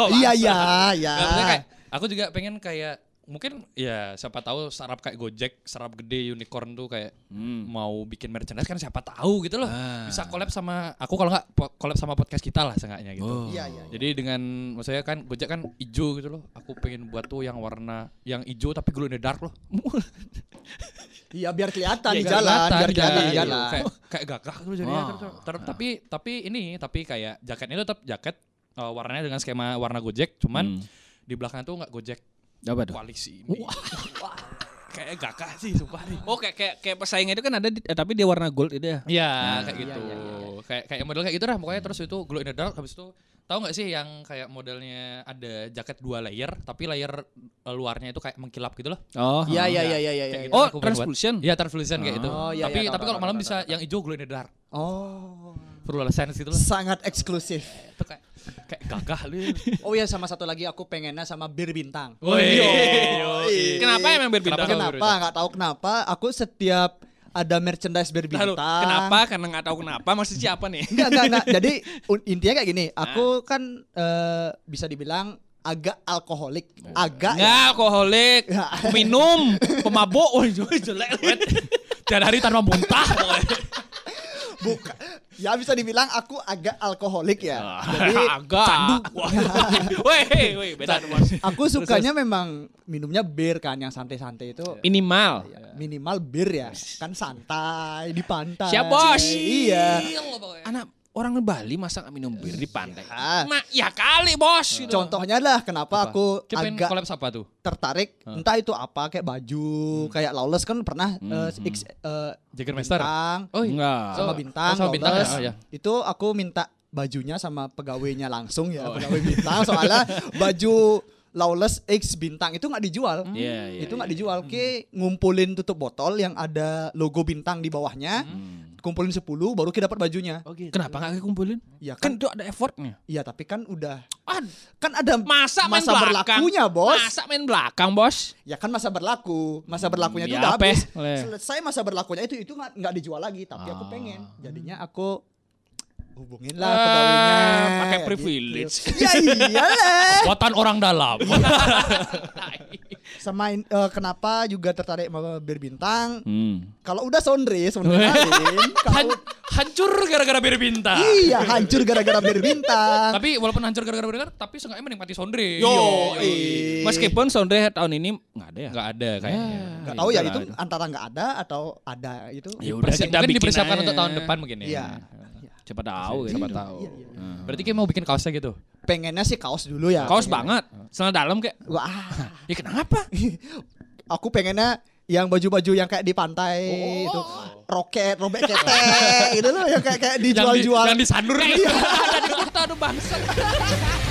Speaker 4: Oh,
Speaker 3: iya iya iya
Speaker 2: Nggak, maksudnya kayak aku juga pengen kayak mungkin ya siapa tahu startup kayak Gojek, startup gede unicorn tuh kayak mau bikin merchandise kan siapa tahu gitu loh.
Speaker 4: Ah.
Speaker 2: Bisa collab sama aku kalau nggak po- collab sama podcast kita lah seenggaknya gitu.
Speaker 4: Oh.
Speaker 3: iya iya iya.
Speaker 2: Jadi dengan maksudnya kan Gojek kan hijau gitu loh. Aku pengen buat tuh yang warna yang hijau tapi glow in the dark loh.
Speaker 3: iya biar kelihatan
Speaker 2: Iya,
Speaker 3: di jalan
Speaker 2: kelihatan
Speaker 3: biar
Speaker 2: di
Speaker 4: iya,
Speaker 3: kelihatan di
Speaker 2: jalan.
Speaker 3: jalan
Speaker 2: Kayak, kayak gagah gitu jadinya.
Speaker 4: Wah.
Speaker 2: Ter- ter- Tapi tapi ini tapi kayak jaketnya tetap jaket eh, warnanya dengan skema warna Gojek
Speaker 4: Hmm.
Speaker 2: cuman di belakang tuh nggak Gojek
Speaker 4: apa tuh
Speaker 2: koalisi ini. kayak gagah sih sumpah nih.
Speaker 4: oh kayak kayak kayak pesaingnya itu kan ada di- eh, tapi dia warna gold itu ya
Speaker 2: Iya, kayak
Speaker 3: iya,
Speaker 2: gitu.
Speaker 3: iya,
Speaker 2: Kayak kayak model kayak gitu lah pokoknya terus itu glow in the dark habis itu tahu nggak sih yang kayak modelnya ada jaket dua layer tapi layer eh, luarnya itu kayak mengkilap gitu loh.
Speaker 4: oh
Speaker 3: iya iya iya iya iya
Speaker 2: Kayak
Speaker 3: iya.
Speaker 2: gitu.
Speaker 4: oh
Speaker 2: Aku pengen buat.
Speaker 4: translucent
Speaker 2: Iya, translucent kayak gitu.
Speaker 3: Oh, iya,
Speaker 2: tapi
Speaker 3: iya, tahu,
Speaker 2: tapi
Speaker 3: tahu,
Speaker 2: kalau
Speaker 3: tahu,
Speaker 2: malam
Speaker 3: tahu,
Speaker 2: bisa
Speaker 3: tahu,
Speaker 2: yang hijau glow in the dark.
Speaker 3: Oh.
Speaker 2: perlu sense gitu lah.
Speaker 3: sangat eksklusif.
Speaker 2: Itu kayak kayak gagah lu.
Speaker 3: Oh ya sama satu lagi aku pengennya sama bir bintang.
Speaker 2: Woi.
Speaker 4: Kenapa emang
Speaker 2: Oh, iya. Kenapa
Speaker 4: berbintang? Kenapa?
Speaker 2: kalau
Speaker 3: Kenapa? Nggak tahu kenapa. Aku setiap ada merchandise bir bintang.
Speaker 4: kenapa? Karena nggak tahu kenapa. Maksud siapa nih?
Speaker 3: Enggak, enggak, enggak. Jadi un- intinya kayak
Speaker 4: Nah.
Speaker 3: gini, aku kan eh, bisa dibilang agak alkoholik, agak
Speaker 4: Nggak alkoholik,
Speaker 3: Ya.
Speaker 4: minum, pemabuk. Wah, jelek. banget.
Speaker 2: Tiada hari tanpa muntah. pokoknya.
Speaker 3: bukan. Ya bisa dibilang aku agak alkoholik ya. Jadi
Speaker 4: agak candu. Woi, woi, beda dong, Bos.
Speaker 3: aku sukanya memang minumnya bir kan yang santai-santai itu.
Speaker 4: Minimal.
Speaker 3: Iya.
Speaker 2: Ya.
Speaker 3: Minimal bir ya, kan santai di pantai.
Speaker 4: Siap, Bos.
Speaker 3: Iya.
Speaker 4: Anak orang Bali masa nggak minum bir di pantai?
Speaker 3: Ya.
Speaker 4: Ma, ya kali, Bos. Gitu.
Speaker 3: Contohnya lah kenapa aku
Speaker 2: Kita pengen
Speaker 3: Hmm. agak
Speaker 2: collab apa tuh?
Speaker 3: tertarik entah itu apa kayak
Speaker 2: Hmm.
Speaker 3: baju kayak lawless kan pernah eh, X, eh,
Speaker 2: Jagermeister.
Speaker 3: bintang
Speaker 2: Oh iya.
Speaker 4: Enggak.
Speaker 3: sama
Speaker 2: Hmm, Oh,
Speaker 3: bintang
Speaker 2: oh, sama bintang
Speaker 3: lawless.
Speaker 2: ya, oh, iya.
Speaker 3: itu aku minta bajunya sama pegawainya
Speaker 2: Oh,
Speaker 3: langsung
Speaker 2: iya.
Speaker 3: ya pegawai bintang soalnya baju lawless X bintang itu nggak dijual
Speaker 2: Hmm.
Speaker 4: Iya, iya,
Speaker 3: itu nggak dijual Ki ngumpulin tutup botol yang ada logo bintang di bawahnya
Speaker 2: Hmm.
Speaker 3: kumpulin 10 baru kita dapat bajunya
Speaker 4: Kenapa nggak kumpulin?
Speaker 3: Iya
Speaker 4: Oh gitu. Kan
Speaker 3: kan
Speaker 4: itu ada effortnya.
Speaker 3: iya tapi kan udah
Speaker 4: Ah,
Speaker 3: kan ada
Speaker 4: masa main
Speaker 3: masa
Speaker 4: belakang.
Speaker 3: berlakunya bos
Speaker 4: Masa main belakang, Bos.
Speaker 3: Ya kan masa berlaku, masa berlakunya itu
Speaker 4: ya
Speaker 3: udah
Speaker 4: apa
Speaker 3: habis.
Speaker 4: ya? Boleh.
Speaker 3: Selesai masa berlakunya itu itu nggak nggak dijual lagi, tapi aku pengen. Jadinya aku hubungin lah
Speaker 4: Ah,
Speaker 3: pegawainya.
Speaker 4: pakai
Speaker 3: gitu.
Speaker 4: privilege.
Speaker 3: Ya iyalah.
Speaker 2: Buatan orang dalam.
Speaker 3: Sama in- eh, kenapa juga tertarik sama bir bintang?
Speaker 4: Hmm.
Speaker 3: Kalau udah sondre, sondre Alin. Kalau
Speaker 2: Han- hancur gara-gara bir bintang.
Speaker 3: iya hancur gara-gara bir bintang.
Speaker 2: Tapi walaupun hancur gara-gara bir bintang, tapi seenggaknya menikmati sondre.
Speaker 3: Yo,
Speaker 2: iya.
Speaker 3: Iya.
Speaker 4: Meskipun Sondre tahun ini nggak ada ya.
Speaker 2: Enggak ada kayaknya.
Speaker 3: nggak tahu ya itu antara nggak ada atau ada gitu. itu.
Speaker 4: Ya udah
Speaker 2: Persi-
Speaker 4: kita
Speaker 2: mungkin
Speaker 4: bikin
Speaker 2: dipersiapkan
Speaker 4: aja.
Speaker 2: untuk tahun depan mungkin ya.
Speaker 3: Iya.
Speaker 4: Siapa tahu ya.
Speaker 2: Siapa tahu. Hmm. Berarti kayak mau bikin kaosnya gitu.
Speaker 3: Pengennya sih kaos dulu ya.
Speaker 4: Kaos
Speaker 3: Pengennya.
Speaker 4: banget. Celana dalam kayak.
Speaker 3: Wah.
Speaker 4: Ya kenapa?
Speaker 3: aku pengennya yang baju-baju yang kayak di pantai itu roket robek ketek gitu loh yang kayak kayak
Speaker 2: Yang gitu. di-
Speaker 3: dijual-jual
Speaker 2: Yang disandur.
Speaker 4: Ada di kita aduh bangsa.